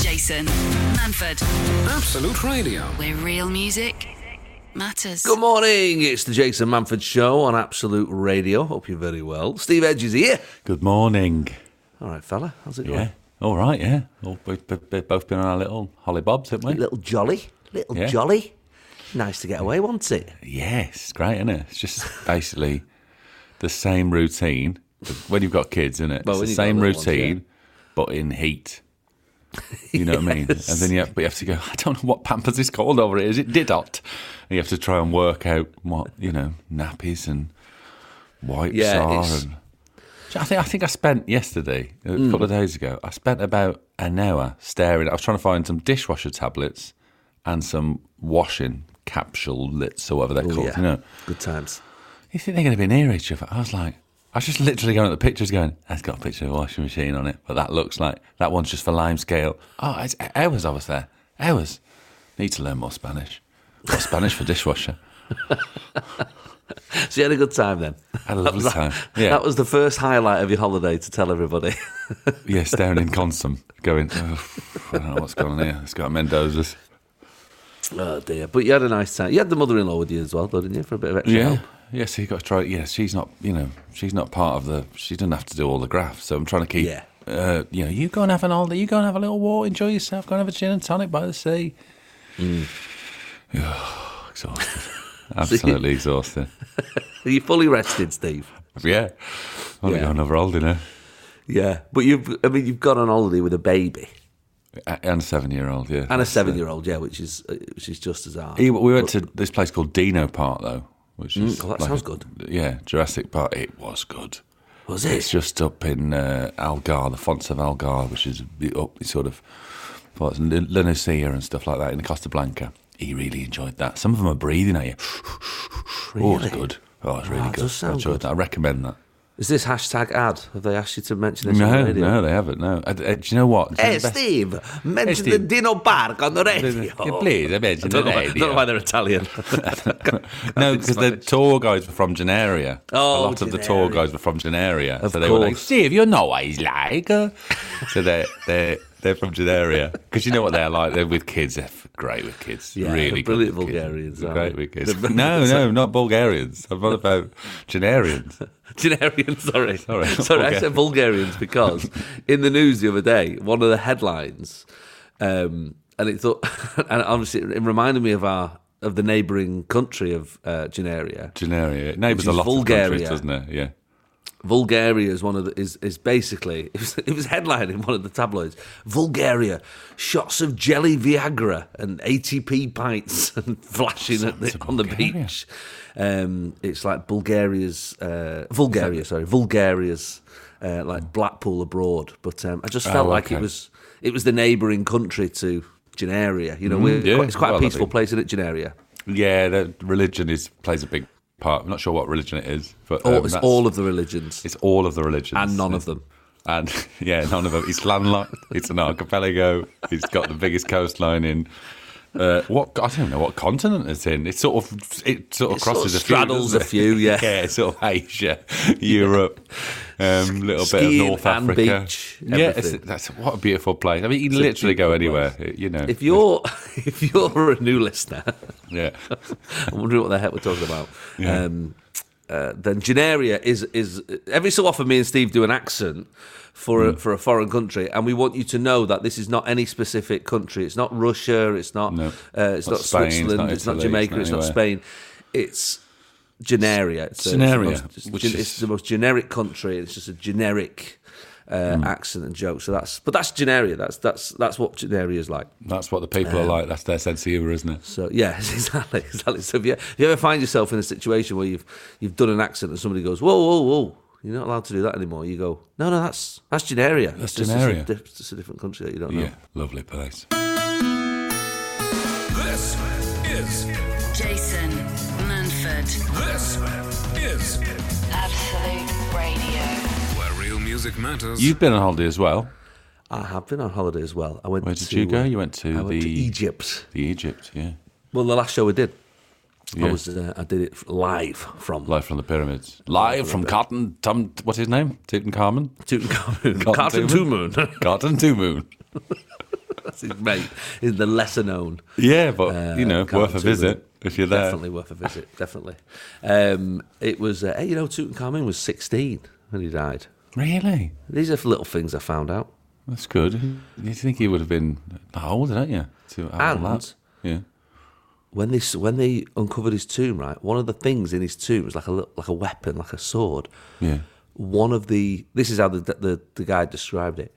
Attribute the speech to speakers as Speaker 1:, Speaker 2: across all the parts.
Speaker 1: Jason Manford.
Speaker 2: Absolute Radio.
Speaker 1: Where real music matters.
Speaker 3: Good morning. It's the Jason Manford Show on Absolute Radio. Hope you're very well. Steve Edge is here.
Speaker 4: Good morning.
Speaker 3: All right, fella. How's it going?
Speaker 4: Yeah. All right. Yeah. All, we've, b- b- both been on our little holly bobs, haven't we?
Speaker 3: Little jolly. Little
Speaker 4: Yeah.
Speaker 3: jolly. Nice to get away, wasn't it?
Speaker 4: Yes. Great, isn't it? It's just basically the same routine when you've got kids, isn't it?
Speaker 3: Well, when
Speaker 4: it's the
Speaker 3: you've got
Speaker 4: same
Speaker 3: little ones, yeah.
Speaker 4: routine, but in heat. You know what I mean? And then you have, but you have to go. I don't know what Pampers is called over here. Is it Didot? And you have to try and work out what you know nappies and wipes
Speaker 3: Yeah,
Speaker 4: are.
Speaker 3: it's- Mm.
Speaker 4: And I think I think I spent yesterday, a couple of days ago, I spent about an hour staring. I was trying to find some dishwasher tablets and some washing capsulets or whatever
Speaker 3: Oh,
Speaker 4: they're called. You know,
Speaker 3: Good times.
Speaker 4: you think they're going to be near each other? I was like, I was just literally going at the pictures, going, "That's got a picture of a washing machine on it, but that looks like that one's just for lime scale." Oh, it's hours I was there. Hours. Need to learn more Spanish. Got Spanish for dishwasher.
Speaker 3: So you had a good time then.
Speaker 4: Had a lovely time. Yeah.
Speaker 3: That was the first highlight of your holiday to tell everybody.
Speaker 4: Yes, down in Consum, going, oh, I don't know what's going on here. It's got Mendoza's.
Speaker 3: oh dear. But you had a nice time. You had the mother-in-law with you as well, though, didn't you? For a bit of extra
Speaker 4: Yeah.
Speaker 3: help.
Speaker 4: Yeah, so you got to try. Yeah, she's not, you know, she's not part of the, she doesn't have to do all the graphs. So I'm trying to keep,
Speaker 3: Yeah.
Speaker 4: uh, you know, you go and have an holiday, you go and have a little walk, enjoy yourself, go and have a gin and tonic by the sea. Mm. exhausted. Absolutely exhausted.
Speaker 3: Are you fully rested, Steve?
Speaker 4: Yeah. I want
Speaker 3: Yeah.
Speaker 4: to go another holiday now.
Speaker 3: Yeah. But you've, I mean, you've gone on holiday with a baby
Speaker 4: A- And a seven year old, yeah.
Speaker 3: and a seven-year-old, yeah, which is, uh, which is just as hard.
Speaker 4: He, we went to this place called Dino Park, though, which is.
Speaker 3: oh, that
Speaker 4: like
Speaker 3: sounds
Speaker 4: a-
Speaker 3: good.
Speaker 4: Yeah, Jurassic Park. It was good.
Speaker 3: was it?
Speaker 4: It's just up in uh, Algar, the fonts of Algar, which is the- up the sort of well, it's Lin- Linosia and stuff like that in the Costa Blanca. He really enjoyed that. Some of them are breathing at you. Oh, it's good. Oh, it's really
Speaker 3: that
Speaker 4: good.
Speaker 3: Ah, does sound
Speaker 4: I enjoyed
Speaker 3: good.
Speaker 4: that. I recommend that.
Speaker 3: Is this hashtag ad? Have they asked you to mention this on
Speaker 4: No,
Speaker 3: the radio?
Speaker 4: no, they haven't. No. Uh, uh, do you know what? Do you know
Speaker 3: Hey,
Speaker 4: the best-
Speaker 3: Steve, mention
Speaker 4: Steve.
Speaker 3: the Dino Park on the radio.
Speaker 4: Yeah, please, I mentioned
Speaker 3: don't,
Speaker 4: the
Speaker 3: know why,
Speaker 4: radio.
Speaker 3: don't know why they're Italian.
Speaker 4: No, because the tour guides were from Genaria.
Speaker 3: Oh,
Speaker 4: a lot of the tour
Speaker 3: Genaria.
Speaker 4: guides were from Genaria, so they were like,
Speaker 3: course.
Speaker 4: "Steve, you know what he's like." uh." so they're they're they're from Genaria because you know what they're like. They're with kids. They're f- great with kids.
Speaker 3: Yeah,
Speaker 4: really
Speaker 3: they're
Speaker 4: good
Speaker 3: brilliant
Speaker 4: with kids.
Speaker 3: Bulgarians,
Speaker 4: They're
Speaker 3: aren't
Speaker 4: Great
Speaker 3: they?
Speaker 4: with kids. no, no, not Bulgarians. I'm not about Genarians.
Speaker 3: Generian, sorry.
Speaker 4: Sorry.
Speaker 3: sorry I said Bulgarians because in the news the other day, one of the headlines, um, and it thought, and obviously it reminded me of our of the neighbouring country of uh, Generia.
Speaker 4: Genaria. It
Speaker 3: Which
Speaker 4: neighbours a
Speaker 3: is
Speaker 4: lot of
Speaker 3: Bulgaria.
Speaker 4: countries, doesn't it? Yeah.
Speaker 3: Bulgaria is one of the, is is basically it was, it was headlined in one of the tabloids. Bulgaria, shots of jelly Viagra and ATP pints and flashing at the,
Speaker 4: Sounds
Speaker 3: on the
Speaker 4: Bulgaria.
Speaker 3: beach. Um, it's like Bulgaria's uh, Bulgaria, sorry, Bulgaria's uh, like Blackpool abroad. But um, I just felt
Speaker 4: Oh,
Speaker 3: like it
Speaker 4: okay.
Speaker 3: was it was the neighbouring country to Genaria. You know, we're
Speaker 4: Mm, yeah.
Speaker 3: quite, it's quite
Speaker 4: Well,
Speaker 3: a
Speaker 4: I
Speaker 3: peaceful
Speaker 4: think-
Speaker 3: place, isn't it, Genaria?
Speaker 4: Yeah, the religion is plays a big part. I'm not sure what religion it is, but
Speaker 3: All,
Speaker 4: um,
Speaker 3: it's
Speaker 4: that's-
Speaker 3: all of the religions
Speaker 4: It's all of the religions
Speaker 3: and none of them.
Speaker 4: And yeah, none of them. It's landlocked. It's an archipelago. It's got the biggest coastline in. Uh, what I don't know what continent it's in. It sort of it sort of
Speaker 3: It sort
Speaker 4: crosses
Speaker 3: of
Speaker 4: a few,
Speaker 3: straddles
Speaker 4: doesn't
Speaker 3: a
Speaker 4: it?
Speaker 3: few, yeah.
Speaker 4: yeah, it's sort of Asia, Europe, um, little bit
Speaker 3: skiing
Speaker 4: of North
Speaker 3: and
Speaker 4: Africa.
Speaker 3: beach,
Speaker 4: yeah, it's,
Speaker 3: everything.
Speaker 4: that's what a beautiful place. I mean, you can literally go anywhere. You know,
Speaker 3: If you're if you're a new listener,
Speaker 4: yeah,
Speaker 3: I'm wondering what the heck we're talking about.
Speaker 4: Yeah.
Speaker 3: Um, uh, then Generia is is every so often me and Steve do an accent for
Speaker 4: Mm.
Speaker 3: a, for a foreign country, and we want you to know that this is not any specific country. It's not Russia. It's not
Speaker 4: No.
Speaker 3: uh, it's not,
Speaker 4: Not Spain, it's
Speaker 3: Switzerland.
Speaker 4: not
Speaker 3: It's not
Speaker 4: Italy, it's
Speaker 3: Jamaica.
Speaker 4: not
Speaker 3: It's not
Speaker 4: anywhere.
Speaker 3: Spain. It's Generia. It's, uh, it's the
Speaker 4: Generia,
Speaker 3: most- It's,
Speaker 4: which
Speaker 3: gen-
Speaker 4: is-
Speaker 3: it's the most generic country. It's just a generic.
Speaker 4: Mm.
Speaker 3: Uh, Accent and joke, so that's but that's Generia. That's that's that's what Generia is like.
Speaker 4: that's what the people
Speaker 3: Uh.
Speaker 4: are like. That's their sense of humour, isn't it?
Speaker 3: So yes, exactly, exactly. So if you, if you ever find yourself in a situation where you've you've done an accent and somebody goes, "Whoa, whoa, whoa," you're not allowed to do that anymore. You go, "No, no, that's that's Generia.
Speaker 4: That's
Speaker 3: It's just-
Speaker 4: Generia."
Speaker 3: It's a, diff- it's just a different country that you don't know."
Speaker 4: Yeah, lovely place.
Speaker 2: This is
Speaker 1: Jason Manford.
Speaker 2: this is
Speaker 1: Absolute Radio.
Speaker 2: where real music matters.
Speaker 4: You've been on holiday as well.
Speaker 3: I have been on holiday as well. I went.
Speaker 4: Where did
Speaker 3: to,
Speaker 4: you go?
Speaker 3: uh,
Speaker 4: You went to
Speaker 3: I went to
Speaker 4: the-
Speaker 3: Egypt.
Speaker 4: The Egypt, yeah,
Speaker 3: Well, the last show I did, I
Speaker 4: Yeah.
Speaker 3: was uh, I did it live from
Speaker 4: Live from the pyramids. Live from Cotton Tum. What's his name? Tutankhamun.
Speaker 3: Tutankhamun, Cartoon
Speaker 4: Toomun.
Speaker 3: Moon.
Speaker 4: Cotton Two Moon.
Speaker 3: That's his mate. Is the lesser known.
Speaker 4: Yeah, but
Speaker 3: Uh,
Speaker 4: you know,
Speaker 3: can't
Speaker 4: worth a
Speaker 3: do
Speaker 4: visit
Speaker 3: them.
Speaker 4: if you're there.
Speaker 3: Definitely worth a visit. Definitely. Um, it was. Uh, hey, you know, Tutankhamun was 16 when he died.
Speaker 4: Really?
Speaker 3: These are little things I found out.
Speaker 4: That's good. You think he would have been that old, don't you? To have all
Speaker 3: And-
Speaker 4: that. yeah,
Speaker 3: When they s- when they uncovered his tomb, right? One of the things in his tomb was like a lit- like a weapon, like a sword.
Speaker 4: yeah.
Speaker 3: one of the this is how the the, the guy described it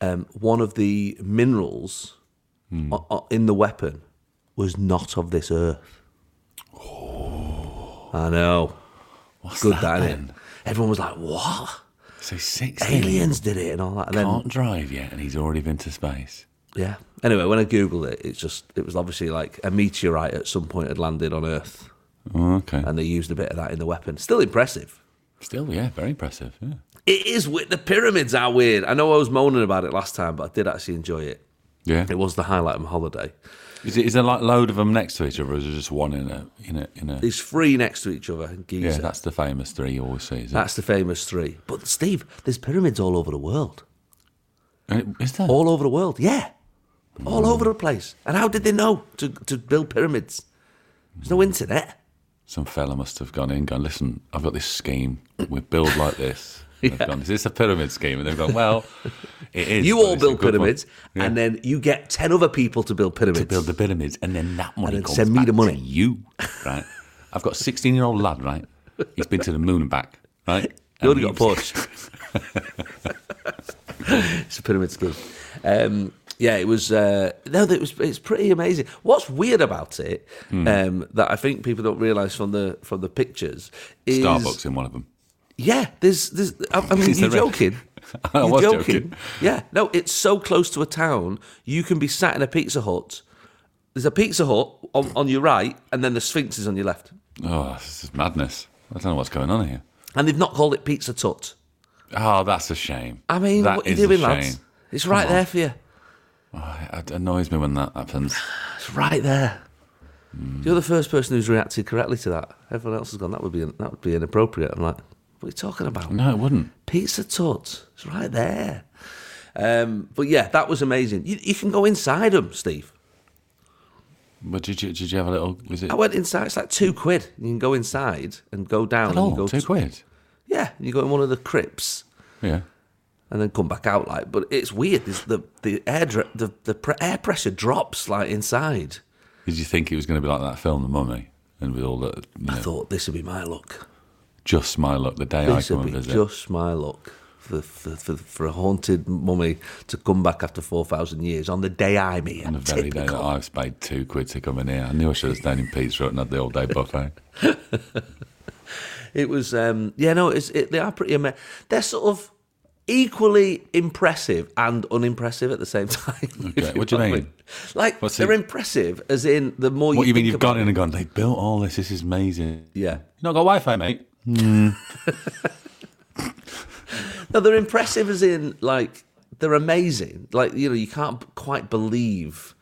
Speaker 3: um, one of the minerals
Speaker 4: Hmm.
Speaker 3: o- o- in the weapon was not of this earth
Speaker 4: Oh.
Speaker 3: i know
Speaker 4: What's
Speaker 3: good
Speaker 4: that
Speaker 3: that, innit?
Speaker 4: then?
Speaker 3: everyone was like what
Speaker 4: So six
Speaker 3: aliens did it and all that and then
Speaker 4: can't drive yet, and he's already been to space.
Speaker 3: yeah anyway when i googled it it's just it was obviously like a meteorite at some point had landed on earth
Speaker 4: Oh, okay.
Speaker 3: and they used a bit of that in the weapon still impressive
Speaker 4: Still, yeah, very impressive. Yeah.
Speaker 3: it is with the pyramids are weird i know i was moaning about it last time but i did actually enjoy it
Speaker 4: Yeah.
Speaker 3: It was the highlight of my holiday.
Speaker 4: Is, it, is there like load of them next to each other, or is there just one in a in a in a?
Speaker 3: There's three next to each other in Giza.
Speaker 4: Yeah,
Speaker 3: that's,
Speaker 4: that's the famous three you always see. Is, it?
Speaker 3: the famous three. But Steve, there's pyramids all over the world.
Speaker 4: Uh, is there?
Speaker 3: All over the world, yeah. All over the place. And how did they know to, to build pyramids? There's no internet.
Speaker 4: Some fella must have gone in, gone, listen, I've got this scheme. We build like this. And They've gone, is this a pyramid scheme? And they've gone, well, it is.
Speaker 3: You
Speaker 4: but
Speaker 3: all
Speaker 4: it's a
Speaker 3: build
Speaker 4: good one."
Speaker 3: pyramids,
Speaker 4: Yeah.
Speaker 3: and then you get 10 other people to build pyramids.
Speaker 4: to build the pyramids, and then that money
Speaker 3: then
Speaker 4: comes
Speaker 3: send me
Speaker 4: back
Speaker 3: the money.
Speaker 4: to you, right? I've got a 16 year old lad, right? He's been to the moon and back, right?
Speaker 3: You
Speaker 4: And
Speaker 3: already got
Speaker 4: he-
Speaker 3: pushed. it's a pyramid scheme. Um, yeah, it was. Uh, no, it was. It's pretty amazing. What's weird about it
Speaker 4: Hmm.
Speaker 3: um, that I think people don't realise from the from the pictures is
Speaker 4: Starbucks in one of them.
Speaker 3: Yeah, there's. there's I, I mean,
Speaker 4: Is
Speaker 3: you're
Speaker 4: there a-
Speaker 3: joking.
Speaker 4: I
Speaker 3: you're
Speaker 4: was joking.
Speaker 3: Yeah, no, it's so close to a town. You can be sat in a pizza hut. There's a pizza hut on, on your right, and then the Sphinx is on your left.
Speaker 4: Oh, this is madness. I don't know what's going on here.
Speaker 3: And they've not called it Pizza Tut.
Speaker 4: Oh, that's a shame.
Speaker 3: I mean,
Speaker 4: That
Speaker 3: what are you
Speaker 4: is a
Speaker 3: doing,
Speaker 4: shame.
Speaker 3: lads? It's right there for you.
Speaker 4: Oh, it annoys me when that happens.
Speaker 3: It's right there. You're the first person who's reacted correctly to that. Everyone else has gone. That would be that would be inappropriate. I'm like, what are you talking about?
Speaker 4: No, it wouldn't.
Speaker 3: Pizza tut. It's right there. Um, but yeah, that was amazing. You, you can go inside them, Steve.
Speaker 4: But did you, did you have a little? Was it
Speaker 3: I went inside. It's like two quid. You can go inside and go down. and you
Speaker 4: oh,
Speaker 3: go
Speaker 4: two
Speaker 3: to-
Speaker 4: quid?
Speaker 3: Yeah, you go in one of the crypts
Speaker 4: Yeah.
Speaker 3: and then come back out. Like, but it's weird. There's the the air dr- the the pre- air pressure drops like inside.
Speaker 4: Did you think it was going to be like that film, The Mummy, and with all the you
Speaker 3: I
Speaker 4: know,
Speaker 3: thought this would be my luck.
Speaker 4: just my luck the day I
Speaker 3: This
Speaker 4: come
Speaker 3: would
Speaker 4: and
Speaker 3: be
Speaker 4: visit?
Speaker 3: just my luck for, for, for, for a haunted mummy to come back after 4,000 years on the day I'm here.
Speaker 4: On the very day that
Speaker 3: Typical.
Speaker 4: I've paid two quid to come in here, I knew I should have stayed in Pizza Hut and had the all day buffet.
Speaker 3: It was, um, yeah, no, it's, it, they are pretty ama- They're sort of equally impressive and unimpressive at the same time.
Speaker 4: Okay,
Speaker 3: if
Speaker 4: what do you
Speaker 3: know I
Speaker 4: mean?
Speaker 3: Like,
Speaker 4: What's
Speaker 3: they're
Speaker 4: the-
Speaker 3: impressive as in the more
Speaker 4: What do you mean
Speaker 3: think
Speaker 4: you've gone
Speaker 3: about-
Speaker 4: in and gone, they built all this, this is amazing.
Speaker 3: Yeah.
Speaker 4: You not got Wi Fi, mate?
Speaker 3: No, they're impressive as in, like, they're amazing. Like, you know, you can't b- quite believe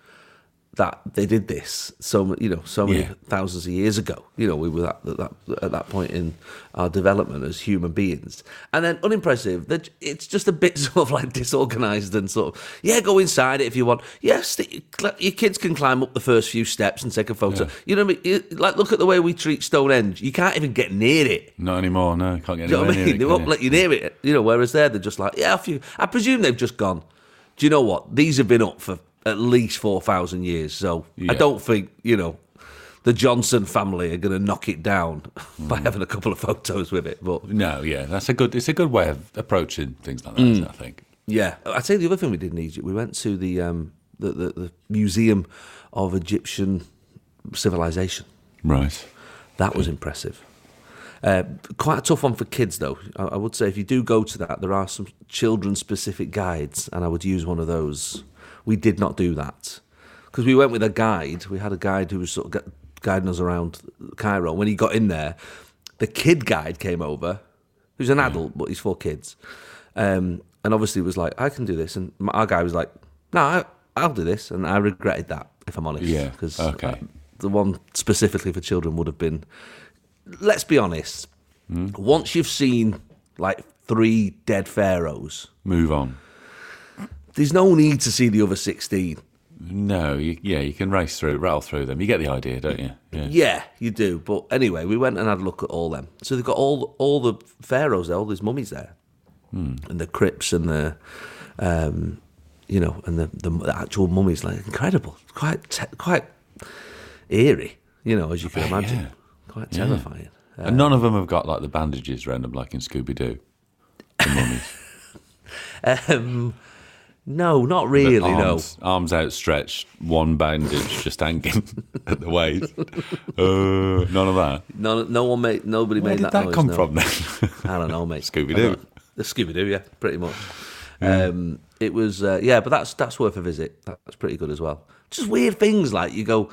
Speaker 3: that they did this so mu- you know so many
Speaker 4: Yeah.
Speaker 3: thousands of years ago you know we were at that, that at that point in our development as human beings and then unimpressive that it's just a bit sort of like disorganized and sort of yeah go inside it if you want yes the, cl- your kids can climb up the first few steps and take a photo
Speaker 4: Yeah.
Speaker 3: you know what I mean You- like look at the way we treat Stonehenge you can't even get near it
Speaker 4: Not anymore, no, can't get
Speaker 3: you know
Speaker 4: anywhere
Speaker 3: what I
Speaker 4: near
Speaker 3: mean?
Speaker 4: it,
Speaker 3: They
Speaker 4: can
Speaker 3: won't
Speaker 4: you?
Speaker 3: let you near it. You know, whereas there, they're just like, yeah, a few. I presume they've just gone. Do you know what? These have been up for at least four thousand years, so
Speaker 4: Yeah.
Speaker 3: I don't think you know the Johnson family are going to knock it down by having a couple of photos with it. But
Speaker 4: No, yeah, that's a good, it's a good way of approaching things like that,
Speaker 3: Mm.
Speaker 4: isn't it, I think.
Speaker 3: yeah, I tell you the other thing we did in Egypt, we went to the um, the, the, the museum of Egyptian civilization.
Speaker 4: Right.
Speaker 3: That was impressive. Uh, quite a tough one for kids, though. I, I would say if you do go to that, there are some children-specific guides, and I would use one of those. We did not do that because we went with a guide. We had a guide who was sort of gu- guiding us around Cairo. When he got in there, the kid guide came over, who's
Speaker 4: Hmm.
Speaker 3: an adult but he's for kids, um, and obviously was like, "I can do this," and my, our guy was like, "No, I, I'll do this," and I regretted that, if I'm honest,
Speaker 4: Yeah,
Speaker 3: because
Speaker 4: okay.
Speaker 3: the one specifically for children would have been let's be honest once you've seen like three dead pharaohs
Speaker 4: Move on.
Speaker 3: There's no need to see the other 16.
Speaker 4: No, you, yeah, you can race through, rattle through them. You get the idea, don't you? Yeah.
Speaker 3: Yeah, you do. But anyway, we went and had a look at all them. So they've got all all the pharaohs there, all these mummies there,
Speaker 4: Hmm.
Speaker 3: and the crypts and the, um, you know, and the, the the actual mummies. Like incredible, It's quite te- quite eerie, you know, as you can
Speaker 4: bet,
Speaker 3: imagine,
Speaker 4: yeah.
Speaker 3: quite terrifying.
Speaker 4: And none of them have got like the bandages round them like in Scooby Doo.
Speaker 3: Um, no, not really. No,
Speaker 4: arms, arms outstretched, one bandage just hanging at the waist. Uh, none of that.
Speaker 3: no, no one made nobody
Speaker 4: Where
Speaker 3: made
Speaker 4: did
Speaker 3: that.
Speaker 4: that,
Speaker 3: noise,
Speaker 4: come
Speaker 3: no.
Speaker 4: from then?
Speaker 3: I don't know, mate.
Speaker 4: Scooby-Doo.
Speaker 3: I don't- The Scooby Doo, yeah, pretty much. Um, it was, uh, yeah, but that's that's worth a visit. That's pretty good as well. Just weird things like you go,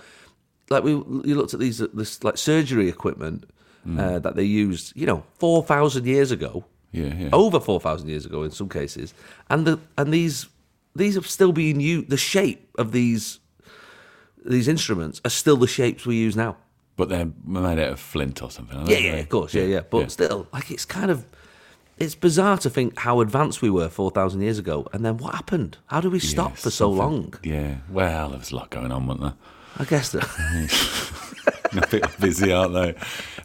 Speaker 3: like we you looked at these uh, this like surgery equipment
Speaker 4: Mm.
Speaker 3: uh, that they used, you know, four thousand years ago,
Speaker 4: yeah, yeah.
Speaker 3: over four thousand years ago in some cases, and the and these these are still being used. The shape of these these instruments are still the shapes we use now.
Speaker 4: But they're made out of flint or something. aren't
Speaker 3: Yeah,
Speaker 4: they?
Speaker 3: yeah, of course, yeah, yeah. But
Speaker 4: yeah.
Speaker 3: still, like it's kind of it's bizarre to think how advanced we were four thousand years ago, and then what happened? How did we stop
Speaker 4: Yeah,
Speaker 3: for so
Speaker 4: something-
Speaker 3: long?
Speaker 4: Yeah. Well, there was a lot going on, wasn't there?
Speaker 3: I guess that
Speaker 4: People are busy, aren't they?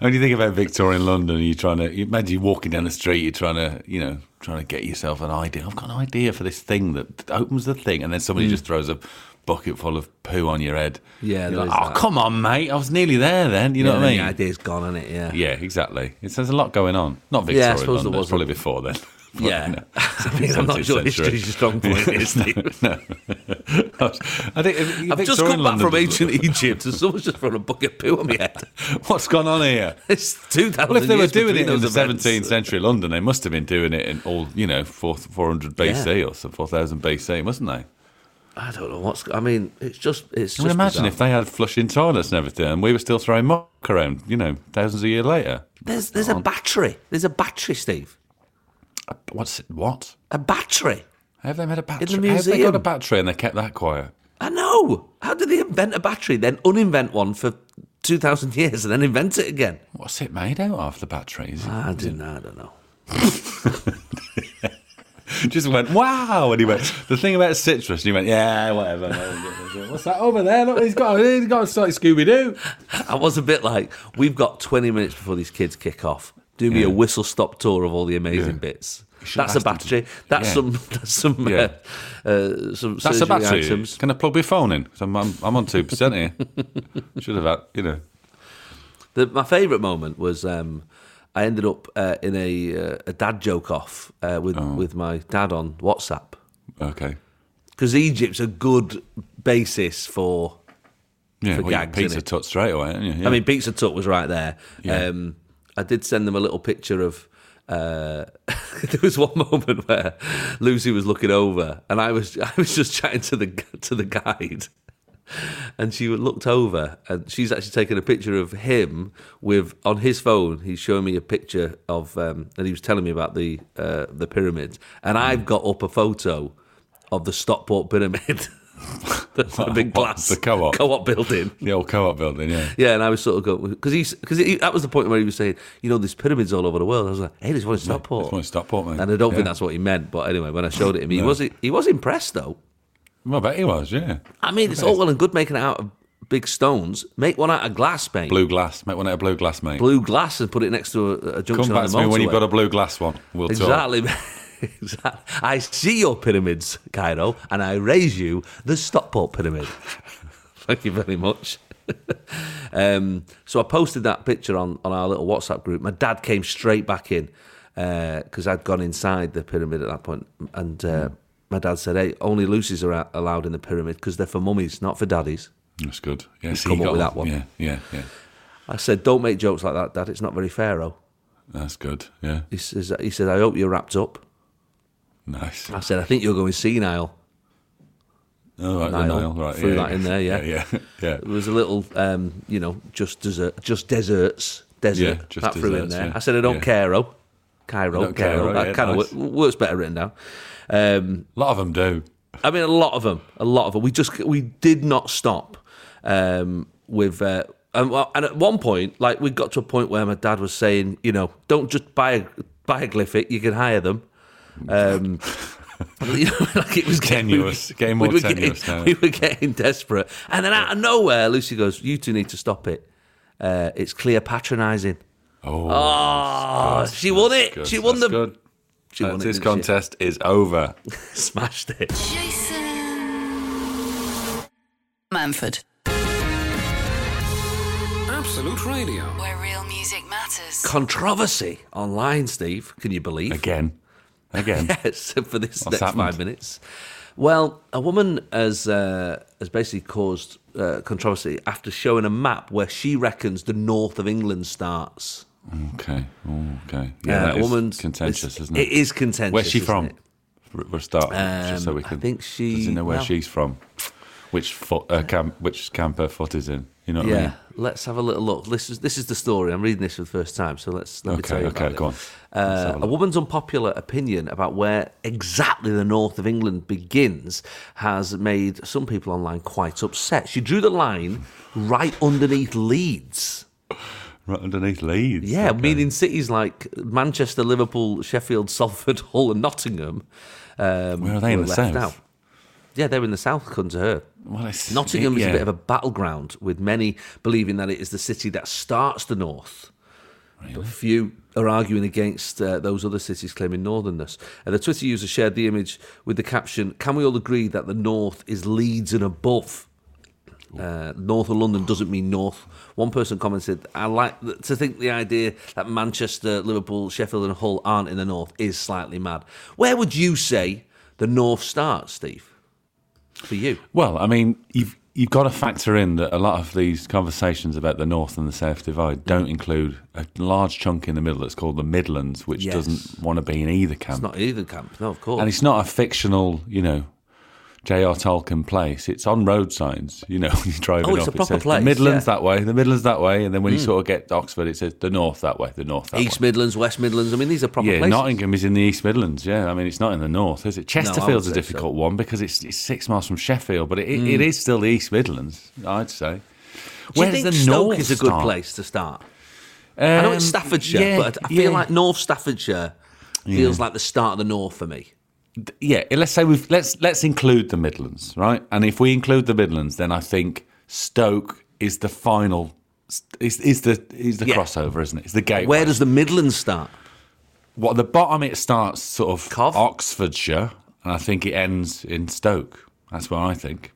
Speaker 4: I mean, you think about Victorian London, you're trying to, you imagine you walking down the street, you're trying to, you know, trying to get yourself an idea. I've got an idea for this thing that opens the thing, and then somebody just throws a bucket full of poo on your head.
Speaker 3: Mm. Yeah,
Speaker 4: You're
Speaker 3: there
Speaker 4: like,
Speaker 3: is
Speaker 4: oh,
Speaker 3: that.
Speaker 4: come on, mate. I was nearly there then. You know what I mean?
Speaker 3: the idea's gone, isn't it? Yeah,
Speaker 4: Yeah, exactly. It's, there's a lot going on. Not Victorian
Speaker 3: Yeah, I suppose
Speaker 4: London.
Speaker 3: there wasn't.
Speaker 4: it's probably before then. Probably,
Speaker 3: yeah.
Speaker 4: no.
Speaker 3: I mean, I'm not
Speaker 4: 17th
Speaker 3: sure
Speaker 4: century.
Speaker 3: history's a strong point. Is it?
Speaker 4: no. I think, Victorian
Speaker 3: I've just come back
Speaker 4: London
Speaker 3: from ancient Egypt, and someone's just thrown a bucket of poo on my head.
Speaker 4: What's gone on here?
Speaker 3: It's two thousand.
Speaker 4: Well, if they were
Speaker 3: years
Speaker 4: doing
Speaker 3: between
Speaker 4: it in the
Speaker 3: those events.
Speaker 4: 17th century London, they must have been doing it in all, you know, 4, 400 BC or some 4000 BC, mustn't they?
Speaker 3: I don't know what's. I mean, it's just. It's
Speaker 4: I
Speaker 3: just.
Speaker 4: mean, imagine
Speaker 3: bizarre.
Speaker 4: if they had flushing toilets and everything, and we were still throwing muck around, you know, thousands of years later.
Speaker 3: there's there's a battery. There's a battery, Steve.
Speaker 4: What's what?
Speaker 3: A battery.
Speaker 4: Have they made a battery? Have they
Speaker 3: museum.
Speaker 4: got a battery and they kept that quiet?
Speaker 3: I know. How did they invent a battery, then uninvent one for 2,000 years and then invent it again?
Speaker 4: What's it made out of? The battery? Is it-
Speaker 3: I didn't, I don't know.
Speaker 4: just went wow, and he went. The thing about citrus, and he went, yeah, whatever. What's that over there? Look, he's got, he's got a like Scooby Doo.
Speaker 3: I was a bit like, we've got 20 minutes before these kids kick off. Do me
Speaker 4: Yeah.
Speaker 3: a whistle stop tour of all the amazing
Speaker 4: Yeah.
Speaker 3: bits.
Speaker 4: should
Speaker 3: That's a
Speaker 4: ask them
Speaker 3: battery.
Speaker 4: to-
Speaker 3: That's
Speaker 4: Yeah.
Speaker 3: some. That's some.
Speaker 4: Yeah.
Speaker 3: Uh, uh, some
Speaker 4: That's
Speaker 3: surgery
Speaker 4: a battery.
Speaker 3: Items.
Speaker 4: Can I plug my phone in? 'Cause I'm, I'm, I'm on two percent here. Should have, had, you know.
Speaker 3: The, my favourite moment was um, I ended up uh, in a, uh, a dad joke off uh, with
Speaker 4: Oh.
Speaker 3: with my dad on WhatsApp.
Speaker 4: Okay.
Speaker 3: because Egypt's a good basis for.
Speaker 4: Yeah,
Speaker 3: For
Speaker 4: well, you
Speaker 3: gags,
Speaker 4: pizza
Speaker 3: innit?
Speaker 4: tut straight away. didn't you? Yeah.
Speaker 3: I mean, Pizza Tut was right there.
Speaker 4: Yeah.
Speaker 3: Um, I did send them a little picture of. Uh, there was one moment where Lucy was looking over, and I was I was just chatting to the to the guide, and she looked over, and she's actually taken a picture of him with on his phone. He's showing me a picture of, um, and he was telling me about the uh, the pyramids, and
Speaker 4: Hmm.
Speaker 3: I've got up a photo of the Stockport pyramid. the, the big
Speaker 4: What,
Speaker 3: glass
Speaker 4: the co-op?
Speaker 3: co-op building
Speaker 4: the old co-op building. Yeah.
Speaker 3: yeah, and I was sort of going because he's because he, that was the point where he was saying, you know, there's pyramids all over the world. I was like, hey, there's one in Stockport.
Speaker 4: there's one in Stockport, mate.
Speaker 3: And I don't
Speaker 4: Yeah.
Speaker 3: think that's what he meant. But anyway, when I showed it him, he
Speaker 4: No.
Speaker 3: was he was impressed though.
Speaker 4: Well, I bet he was. Yeah.
Speaker 3: I mean, it's all well and good making it out of big stones. Make one out of glass, mate.
Speaker 4: Blue glass. Make one out of blue glass, mate.
Speaker 3: Blue glass and put it next to a, a junction
Speaker 4: Come back
Speaker 3: on
Speaker 4: to
Speaker 3: the
Speaker 4: me when you've
Speaker 3: motorway.
Speaker 4: got a blue glass one. We'll talk.
Speaker 3: exactly. exactly. I see your pyramids, Cairo, and I raise you the Stockport pyramid. Thank you very much. um, so I posted that picture on, on our little WhatsApp group. My dad came straight back in because I'd gone inside the pyramid at that point, and uh, my dad said, "Hey, only Lucy's are a- allowed in the pyramid because they're for mummies, not for daddies."
Speaker 4: That's good. Yeah. so
Speaker 3: come
Speaker 4: you
Speaker 3: up
Speaker 4: got
Speaker 3: with
Speaker 4: all-
Speaker 3: that one.
Speaker 4: Yeah. Yeah. Yeah.
Speaker 3: I said, "Don't make jokes like that, Dad. It's not very pharaoh."
Speaker 4: That's good. Yeah.
Speaker 3: He says, "He said, I hope you're wrapped up."
Speaker 4: Nice.
Speaker 3: I said, "I think you're going senile."
Speaker 4: Oh, right, the
Speaker 3: Nile.
Speaker 4: Nile, right.
Speaker 3: Threw
Speaker 4: yeah,
Speaker 3: that
Speaker 4: yeah.
Speaker 3: in there, yeah.
Speaker 4: Yeah, yeah.
Speaker 3: It was a little, um, you know, just desert, just deserts, desert.
Speaker 4: Yeah, just
Speaker 3: that threw in
Speaker 4: desserts,
Speaker 3: there.
Speaker 4: yeah.
Speaker 3: I said I don't
Speaker 4: Yeah.
Speaker 3: care, oh. Cairo,
Speaker 4: I
Speaker 3: Cairo,
Speaker 4: don't care, oh,
Speaker 3: That
Speaker 4: yeah,
Speaker 3: kind
Speaker 4: nice.
Speaker 3: of works, works better written down. Um,
Speaker 4: A lot of them do.
Speaker 3: I mean, a lot of them, a lot of them. We just we did not stop um, with. Uh, and, well, and at one point, like we got to a point where my dad was saying, you know, don't just buy a, buy a glyphic, you can hire them. Um, you know, like it was getting-
Speaker 4: Tenuous. Getting more
Speaker 3: were
Speaker 4: tenuous
Speaker 3: getting-
Speaker 4: now.
Speaker 3: We were getting desperate, and then out of nowhere, Lucy goes, "You two need to stop it. Uh, it's clear patronising."
Speaker 4: Oh,
Speaker 3: Oh, she won it.
Speaker 4: good.
Speaker 3: she won
Speaker 4: That's
Speaker 3: the.
Speaker 4: good.
Speaker 3: She
Speaker 4: That's-
Speaker 3: won it,
Speaker 4: this
Speaker 3: didn't she?
Speaker 4: contest is over.
Speaker 3: Smashed it.
Speaker 1: Jason Manford,
Speaker 2: Absolute Radio.
Speaker 1: where real music matters.
Speaker 3: Controversy online, Steve. Can you believe?
Speaker 4: Again. Again.
Speaker 3: yes, for this next
Speaker 4: happened?
Speaker 3: five minutes. Well, a woman has uh, has basically caused uh, controversy after showing a map where she reckons the north of England starts.
Speaker 4: Okay. Oh, okay. Yeah, that
Speaker 3: a
Speaker 4: is
Speaker 3: Uh, woman's
Speaker 4: contentious,
Speaker 3: it's-
Speaker 4: isn't it?
Speaker 3: It is contentious.
Speaker 4: Where's she
Speaker 3: isn't
Speaker 4: from?
Speaker 3: it?
Speaker 4: R- We'll start just so
Speaker 3: Um,
Speaker 4: we
Speaker 3: I
Speaker 4: can.
Speaker 3: think she-
Speaker 4: Does he know where
Speaker 3: well-
Speaker 4: she's from? Which foot? Uh, camp? Which camp her foot is in? You know what I mean?
Speaker 3: Yeah, let's have a little look. This is this is the story. I'm reading this for the first time, so let's let me
Speaker 4: Okay,
Speaker 3: tell you
Speaker 4: okay,
Speaker 3: about it.
Speaker 4: go on. Let's
Speaker 3: Uh,
Speaker 4: have Um,
Speaker 3: a
Speaker 4: a look.
Speaker 3: woman's unpopular opinion about where exactly the north of England begins has made some people online quite upset. She drew the line right underneath Leeds.
Speaker 4: Right underneath Leeds.
Speaker 3: Yeah,
Speaker 4: Okay.
Speaker 3: meaning cities like Manchester, Liverpool, Sheffield, Salford, Hull, and Nottingham. Um,
Speaker 4: Where are they in
Speaker 3: were
Speaker 4: the
Speaker 3: left
Speaker 4: south?
Speaker 3: out. Yeah, they're in the south, come to her.
Speaker 4: Well, it's-
Speaker 3: Nottingham is
Speaker 4: yeah.
Speaker 3: a bit of a battleground, with many believing that it is the city that starts the north. But few are arguing against uh, those other cities claiming northernness. Uh, the Twitter user shared the image with the caption Can we all agree that the north is Leeds and above? Uh, north of London doesn't mean north. One person commented, "I like th- to think the idea that Manchester, Liverpool, Sheffield, and Hull aren't in the north is slightly mad." Where would you say the north starts, Steve? For you,
Speaker 4: Well, I mean, you've you've got to factor in that a lot of these conversations about the North and the South divide don't
Speaker 3: Mm.
Speaker 4: include a large chunk in the middle that's called the Midlands, which
Speaker 3: Yes.
Speaker 4: doesn't want to be in either camp.
Speaker 3: it's not either camp. No, of course.
Speaker 4: and it's not a fictional, you know, J.R. Tolkien place. It's on road signs, you know, when you're driving
Speaker 3: Oh, it's
Speaker 4: up.
Speaker 3: a proper
Speaker 4: it says,
Speaker 3: place,
Speaker 4: The Midlands
Speaker 3: yeah. Hmm.
Speaker 4: that way, the Midlands that way, and then when you sort of get to Oxford, it says the North that way, the North that
Speaker 3: East
Speaker 4: way.
Speaker 3: Midlands, West Midlands. I mean, these are proper
Speaker 4: yeah,
Speaker 3: places.
Speaker 4: Nottingham is in the East Midlands. Yeah, I mean it's not in the north, is it? Chesterfield's a
Speaker 3: say so. Hmm.
Speaker 4: difficult one because it's, it's six miles from Sheffield, but it, it is still the East Midlands, I'd
Speaker 3: Do
Speaker 4: say.
Speaker 3: you
Speaker 4: Where does
Speaker 3: think
Speaker 4: the
Speaker 3: Stoke
Speaker 4: north
Speaker 3: is a good
Speaker 4: start?
Speaker 3: place to start? I know it's
Speaker 4: Um,
Speaker 3: Staffordshire,
Speaker 4: yeah,
Speaker 3: but I feel
Speaker 4: yeah.
Speaker 3: like North Staffordshire feels like the start of the north for me.
Speaker 4: yeah, let's say we've let's let's include the Midlands, right? And if we include the Midlands, then I think Stoke is the final is is the is the
Speaker 3: Yeah.
Speaker 4: crossover, isn't it? It's the gateway.
Speaker 3: Where does the Midlands start?
Speaker 4: what the bottom it starts sort of
Speaker 3: Cov?
Speaker 4: Oxfordshire, and I think it ends in Stoke. That's what I think.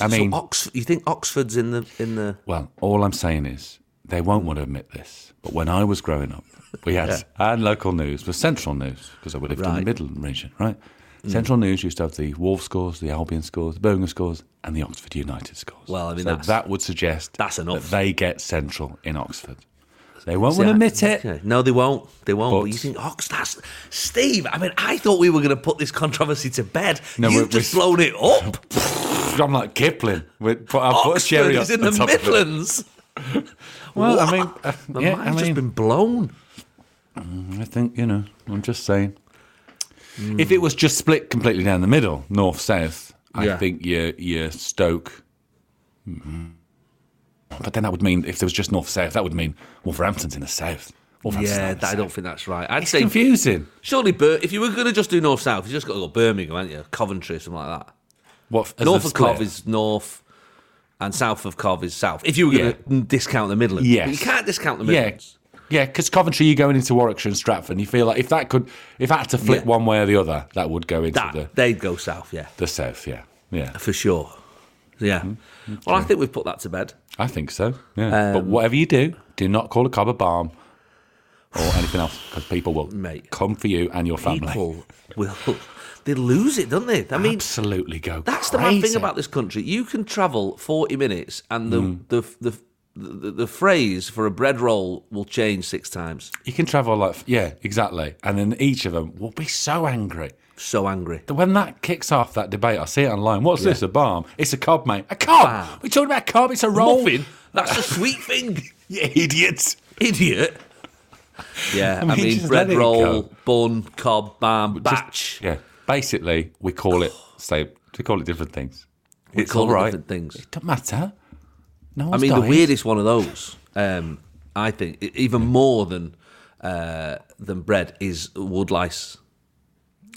Speaker 4: I mean-
Speaker 3: so Oxford. You think Oxford's in the in the?
Speaker 4: Well, all I'm saying is they won't want to admit this, but when I was growing up, we had our local news was central news because I lived in the
Speaker 3: Right. Mm.
Speaker 4: Midland region, right? Central news used to have the Wolves scores, the Albion scores, the Birmingham scores, and the Oxford United scores.
Speaker 3: Well, I mean,
Speaker 4: So
Speaker 3: that's-
Speaker 4: that would suggest
Speaker 3: that's enough.
Speaker 4: that they get central in Oxford. They won't
Speaker 3: See,
Speaker 4: want
Speaker 3: I-
Speaker 4: to admit it.
Speaker 3: okay. No, they won't. They won't. But,
Speaker 4: But-
Speaker 3: you think Ox? That's Steve. I mean, I thought we were going to put this controversy to bed.
Speaker 4: No,
Speaker 3: You've
Speaker 4: we-
Speaker 3: just
Speaker 4: we-
Speaker 3: blown it up.
Speaker 4: I'm like Kipling. We put, I put a
Speaker 3: Oxford
Speaker 4: cherry
Speaker 3: is
Speaker 4: on
Speaker 3: in the
Speaker 4: top of it.
Speaker 3: Midlands.
Speaker 4: Well, I
Speaker 3: What?
Speaker 4: mean, uh,
Speaker 3: My
Speaker 4: yeah,
Speaker 3: mind's
Speaker 4: I mean,
Speaker 3: just been blown.
Speaker 4: I think, you know, I'm just saying.
Speaker 3: Hmm.
Speaker 4: If it was just split completely down the middle, north south, I
Speaker 3: Yeah.
Speaker 4: think your your Stoke. Mhm. But then that would mean if there was just north south, that would mean Wolverhampton's in the south. Wolverhampton's
Speaker 3: Yeah,
Speaker 4: not in the
Speaker 3: that, I
Speaker 4: south.
Speaker 3: don't think that's right. I'd
Speaker 4: It's
Speaker 3: say
Speaker 4: confusing.
Speaker 3: Surely, Bur- if you were going to just do north south, you just got to go Birmingham, haven't you? Coventry, something like that.
Speaker 4: What as
Speaker 3: north
Speaker 4: a
Speaker 3: of Cov
Speaker 4: split?
Speaker 3: is north, and south of Cov is south. If you were going to discount the Midlands,
Speaker 4: Yes.
Speaker 3: But you can't discount the
Speaker 4: yeah,
Speaker 3: Midlands.
Speaker 4: yeah, because Coventry, you're going into Warwickshire and Stratford, and you feel like if that could, if that had to flip
Speaker 3: Yeah.
Speaker 4: one way or the other, that would go into
Speaker 3: That
Speaker 4: the
Speaker 3: they'd go south, yeah,
Speaker 4: the south. Yeah, yeah,
Speaker 3: for sure. Yeah.
Speaker 4: Mm-hmm.
Speaker 3: Well, I think we've put that to bed.
Speaker 4: I think so. Yeah,
Speaker 3: Um,
Speaker 4: but whatever you do, do not call a cob a barm or anything else because people will
Speaker 3: Mate.
Speaker 4: come for you and your family.
Speaker 3: People will they lose it, don't they? I mean,
Speaker 4: Absolutely go.
Speaker 3: that's the
Speaker 4: crazy.
Speaker 3: mad thing about this country. You can travel forty minutes, and the
Speaker 4: Mm.
Speaker 3: the, the the the phrase for a bread roll will change six times.
Speaker 4: You can travel like yeah, exactly, and then each of them will be so angry.
Speaker 3: So angry.
Speaker 4: That When that kicks off that debate, I see it online. What's this? A barm? It's a cob, mate. A cob.
Speaker 3: Barm.
Speaker 4: We're talking about a cob. It's a roll.
Speaker 3: Muffin? That's a sweet thing,
Speaker 4: You idiots.
Speaker 3: idiot. Yeah, I
Speaker 4: mean,
Speaker 3: mean,
Speaker 4: just
Speaker 3: bread
Speaker 4: let it
Speaker 3: roll,
Speaker 4: go.
Speaker 3: bun, cob, bam,
Speaker 4: Just-
Speaker 3: batch.
Speaker 4: yeah. Basically, we call it say we call it different things.
Speaker 3: We
Speaker 4: it's
Speaker 3: call
Speaker 4: all
Speaker 3: it
Speaker 4: right.
Speaker 3: different things.
Speaker 4: It doesn't matter. No
Speaker 3: I
Speaker 4: one's
Speaker 3: mean, the
Speaker 4: dying.
Speaker 3: weirdest one of those, um, I think, e- even more than uh, than bread, is wood lice.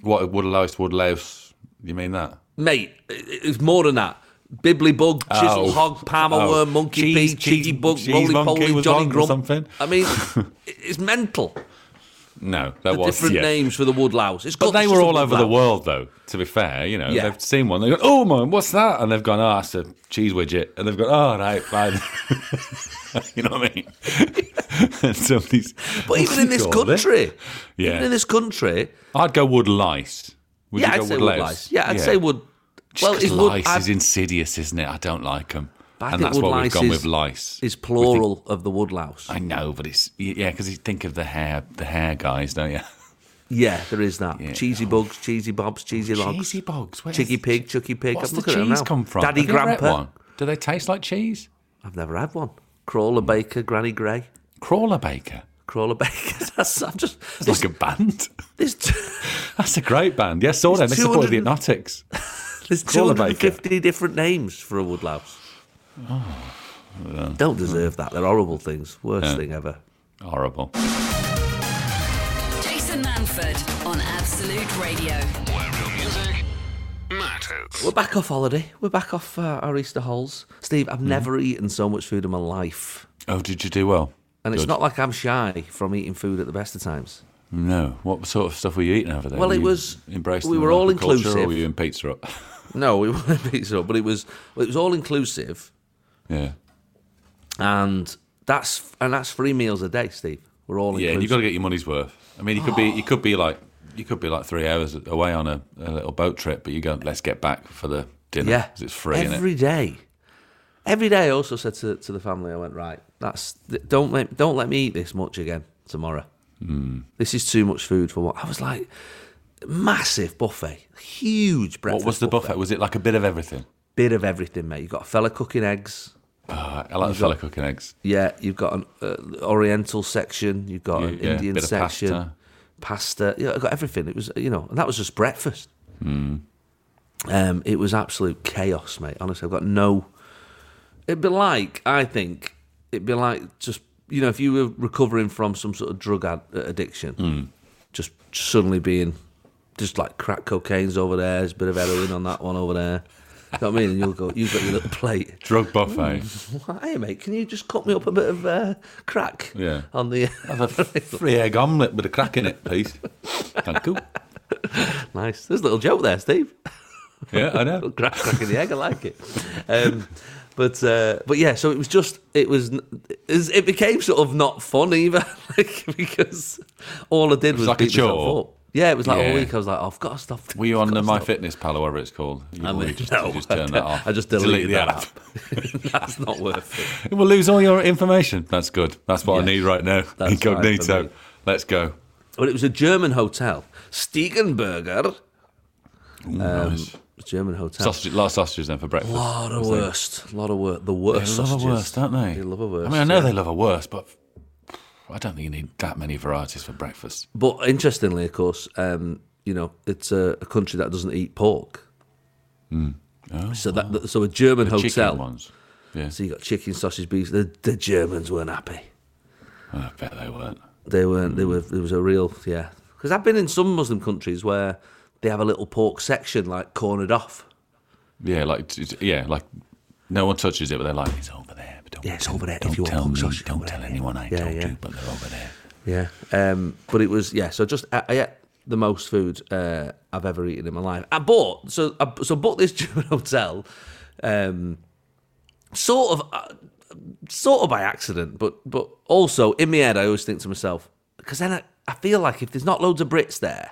Speaker 4: What would allow us to would allow us? You mean that?
Speaker 3: Mate, it- it's more than that. Bibbly bug, chisel
Speaker 4: Oh.
Speaker 3: hog, palmer
Speaker 4: Oh.
Speaker 3: worm, monkey
Speaker 4: Cheese-
Speaker 3: pea,
Speaker 4: cheese-
Speaker 3: cheeky bug,
Speaker 4: cheese
Speaker 3: roly
Speaker 4: monkey
Speaker 3: poly,
Speaker 4: was
Speaker 3: Johnny
Speaker 4: on or
Speaker 3: Grump.
Speaker 4: something.
Speaker 3: I mean, it- it's mental.
Speaker 4: No, that
Speaker 3: The
Speaker 4: was
Speaker 3: different
Speaker 4: yeah.
Speaker 3: names for the woodlouse. It's
Speaker 4: But
Speaker 3: got-
Speaker 4: they
Speaker 3: it's
Speaker 4: were
Speaker 3: just a
Speaker 4: all over the
Speaker 3: woodlouse.
Speaker 4: world, though. To be fair, you know,
Speaker 3: Yeah.
Speaker 4: they've seen one. They go, "Oh man, what's that?" And they've gone, "Oh, it's a cheese widget." And they've gone, "Oh, right, fine." you know what I mean? And Somebody's,
Speaker 3: But even in this
Speaker 4: called it?
Speaker 3: country,
Speaker 4: Yeah.
Speaker 3: even in this country,
Speaker 4: I'd go wood lice. Would
Speaker 3: yeah,
Speaker 4: you
Speaker 3: I'd
Speaker 4: go
Speaker 3: say
Speaker 4: wood
Speaker 3: wood
Speaker 4: lice?
Speaker 3: lice. Yeah, I'd say wood. well,
Speaker 4: it's
Speaker 3: it's wood.
Speaker 4: lice
Speaker 3: I-
Speaker 4: is insidious, isn't it? I don't like them,
Speaker 3: But I
Speaker 4: and
Speaker 3: think
Speaker 4: that's
Speaker 3: wood
Speaker 4: why we've
Speaker 3: lice
Speaker 4: gone
Speaker 3: is-
Speaker 4: with lice.
Speaker 3: is plural of the woodlouse.
Speaker 4: I know, but it's yeah, because you think of the hair, the hair guys, don't you?
Speaker 3: Yeah, there is that. Cheesy bugs, cheesy bobs, cheesy logs.
Speaker 4: Oh, Cheesy bogs. where's-
Speaker 3: Chicky pig, chucky pig.
Speaker 4: What's
Speaker 3: I'm
Speaker 4: the
Speaker 3: looking at 'em
Speaker 4: cheese
Speaker 3: now.
Speaker 4: come from?
Speaker 3: Daddy
Speaker 4: Have you ever ate
Speaker 3: grandpa.
Speaker 4: one? Do they taste like cheese?
Speaker 3: I've never had one.
Speaker 4: Hmm.
Speaker 3: Crawler Baker, Granny Grey,
Speaker 4: Crawler Baker.
Speaker 3: Crawler Baker. That's I'm just
Speaker 4: It's
Speaker 3: this,
Speaker 4: like a band.
Speaker 3: this,
Speaker 4: That's a great band. Yeah, saw them. They supported
Speaker 3: 200
Speaker 4: the Hypnotics.
Speaker 3: there's
Speaker 4: Crawler
Speaker 3: 250 different names for a woodlouse.
Speaker 4: Oh,
Speaker 3: Don't deserve that. They're horrible things. Worst
Speaker 4: Yeah.
Speaker 3: thing ever.
Speaker 4: Horrible.
Speaker 1: Jason Manford on Absolute Radio.
Speaker 2: Where real music matters.
Speaker 3: We're back off holiday. We're back off uh, our Easter holes. Steve,
Speaker 4: Mm-hmm.
Speaker 3: I've never eaten so much food in my life.
Speaker 4: Oh, did you do well?
Speaker 3: And it's
Speaker 4: Good.
Speaker 3: not like I'm shy from eating food at the best of times.
Speaker 4: No. What sort of stuff were you eating over there?
Speaker 3: Well,
Speaker 4: Were
Speaker 3: it
Speaker 4: you
Speaker 3: was-
Speaker 4: embracing
Speaker 3: we
Speaker 4: the
Speaker 3: were all
Speaker 4: local culture, Or
Speaker 3: inclusive.
Speaker 4: were you in pizza up?
Speaker 3: No, it wasn't pizza, but it was it was all inclusive,
Speaker 4: yeah.
Speaker 3: and that's and that's three meals a day, Steve. We're all
Speaker 4: Yeah,
Speaker 3: inclusive.
Speaker 4: you've got to get your money's worth. I mean, you could be you could be like you could be like three hours away on a, a little boat trip, but you go, let's get back for the dinner.
Speaker 3: yeah,
Speaker 4: 'cause it's free. innit?
Speaker 3: every day. Every day, I also said to, to the family, I went right. That's th- don't let don't let me eat this much again tomorrow.
Speaker 4: Hmm.
Speaker 3: This is too much food for what I was like. Massive buffet, huge breakfast.
Speaker 4: What was the buffet? Was it like a bit of everything?
Speaker 3: Bit of everything, mate. You got a fella cooking eggs.
Speaker 4: Uh, I like the fella cooking eggs.
Speaker 3: Yeah, you've got an uh, Oriental section, you've got
Speaker 4: Yeah,
Speaker 3: an
Speaker 4: yeah,
Speaker 3: Indian
Speaker 4: bit of
Speaker 3: section,
Speaker 4: pasta.
Speaker 3: pasta. Yeah, I got everything. It was you know, and that was just breakfast.
Speaker 4: Hmm.
Speaker 3: Um, it was absolute chaos, mate. Honestly, I've got no. It'd be like I think it'd be like just you know if you were recovering from some sort of drug ad- uh, addiction,
Speaker 4: Hmm.
Speaker 3: just suddenly being just like crack cocaine's over there, there's a bit of heroin on that one over there. You know what I mean? And you'll go, you've got your little plate.
Speaker 4: Drug buffet.
Speaker 3: Hey mate, can you just cut me up a bit of uh, crack?
Speaker 4: Yeah.
Speaker 3: On the
Speaker 4: Have a free egg omelette with a crack in it, please. Thank you.
Speaker 3: nice. There's a little joke there, Steve.
Speaker 4: Yeah, I know.
Speaker 3: crack, crack in the egg. I like it. Um, but uh, but yeah, so it was just it was n- it became sort of not fun either, like because all I did was,
Speaker 4: like a
Speaker 3: beat myself
Speaker 4: chore.
Speaker 3: up. Yeah, it was like
Speaker 4: Yeah.
Speaker 3: all week. I was like, oh, I've got to stop.
Speaker 4: Were you on
Speaker 3: I've
Speaker 4: the
Speaker 3: gotta
Speaker 4: My
Speaker 3: stop.
Speaker 4: Fitness Pal or whatever it's called? You,
Speaker 3: I
Speaker 4: or
Speaker 3: mean,
Speaker 4: you just,
Speaker 3: no,
Speaker 4: you just turn
Speaker 3: I
Speaker 4: that off.
Speaker 3: I just deleted that app. That's not worth it.
Speaker 4: It will lose all your information. That's good. That's what I
Speaker 3: Yeah.
Speaker 4: need right now.
Speaker 3: right for
Speaker 4: Incognito.
Speaker 3: me.
Speaker 4: Let's go.
Speaker 3: But it was a German hotel, Stiegenberger.
Speaker 4: Ooh, Mm, nice.
Speaker 3: German hotel.
Speaker 4: Sausage, a lot of sausages then for breakfast.
Speaker 3: lot of worst. lot of worst. The worst
Speaker 4: They love
Speaker 3: sausages.
Speaker 4: a worst, don't they?
Speaker 3: They love a worst.
Speaker 4: I mean, I know
Speaker 3: yeah.
Speaker 4: they love a worst, but I don't think you need that many varieties for breakfast.
Speaker 3: But interestingly, of course, um, you know, it's a, a country that doesn't eat pork.
Speaker 4: Hmm.
Speaker 3: so that that so a German hotel.
Speaker 4: Oh, Chicken ones. Yeah,
Speaker 3: So you got chicken, sausage, beef. The, the Germans weren't happy.
Speaker 4: Oh, I bet they weren't.
Speaker 3: They weren't.
Speaker 4: Hmm.
Speaker 3: They were. There was a real yeah. Because I've been in some Muslim countries where they have a little pork section like cornered off.
Speaker 4: Yeah, like t- t- yeah, like no one touches it, but they're like it's over there. But don't
Speaker 3: Yeah, it's
Speaker 4: tell-
Speaker 3: over there. If
Speaker 4: Don't
Speaker 3: you want
Speaker 4: tell
Speaker 3: pork
Speaker 4: me.
Speaker 3: sausage,
Speaker 4: Don't
Speaker 3: over
Speaker 4: tell
Speaker 3: there.
Speaker 4: anyone I
Speaker 3: Yeah,
Speaker 4: told
Speaker 3: yeah.
Speaker 4: you. But they're over there.
Speaker 3: Yeah. Um, but it was yeah. So just I, I ate the most food uh, I've ever eaten in my life. I bought so I, so booked this German hotel, um, sort of uh, sort of by accident, but but also in my head I always think to myself because then I, I feel like if there's not loads of Brits there.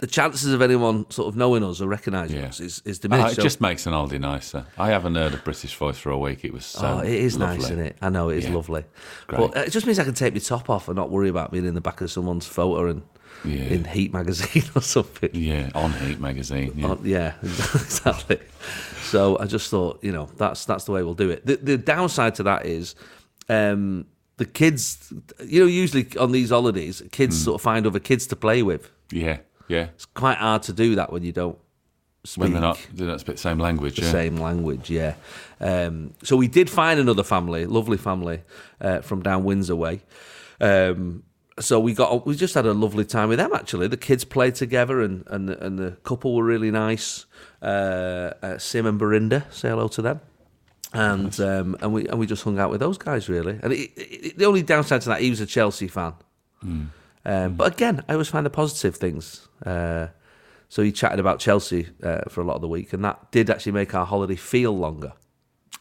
Speaker 3: The chances of anyone sort of knowing us or recognising
Speaker 4: Hmm. Yeah.
Speaker 3: us is, is
Speaker 4: Ah,
Speaker 3: diminished.
Speaker 4: it
Speaker 3: So-
Speaker 4: just makes an Aldi nicer. I haven't heard a British voice for a week. It was so.
Speaker 3: oh, it is
Speaker 4: lovely.
Speaker 3: nice, isn't it? I know it is
Speaker 4: Yeah.
Speaker 3: lovely,
Speaker 4: Great.
Speaker 3: but uh, it just means I can take my top off and not worry about being in the back of someone's photo and
Speaker 4: Yeah.
Speaker 3: in Heat magazine or something.
Speaker 4: Yeah, on Heat magazine. Yeah.
Speaker 3: Uh, yeah, exactly. So I just thought, you know, that's that's the way we'll do it. The, the downside to that is um, the kids. You know, usually on these holidays, kids
Speaker 4: Hmm.
Speaker 3: sort of find other kids to play with.
Speaker 4: yeah, yeah.
Speaker 3: It's quite hard to do that when you don't speak
Speaker 4: When they're not, they're not the same language.
Speaker 3: the
Speaker 4: yeah.
Speaker 3: same language. Yeah. Um, so we did find another family, lovely family uh, from down Windsor way. Um, so we got we just had a lovely time with them actually. The kids played together and and and the couple were really nice. Uh, uh, Sim and Berinda, say hello to them. And um, and we and we just hung out with those guys really. And it, it, it- the only downside to that, he was a Chelsea fan.
Speaker 4: Hmm.
Speaker 3: Um, But again, I always find the positive things. Uh, so he chatted about Chelsea uh, for a lot of the week, and that did actually make our holiday feel longer.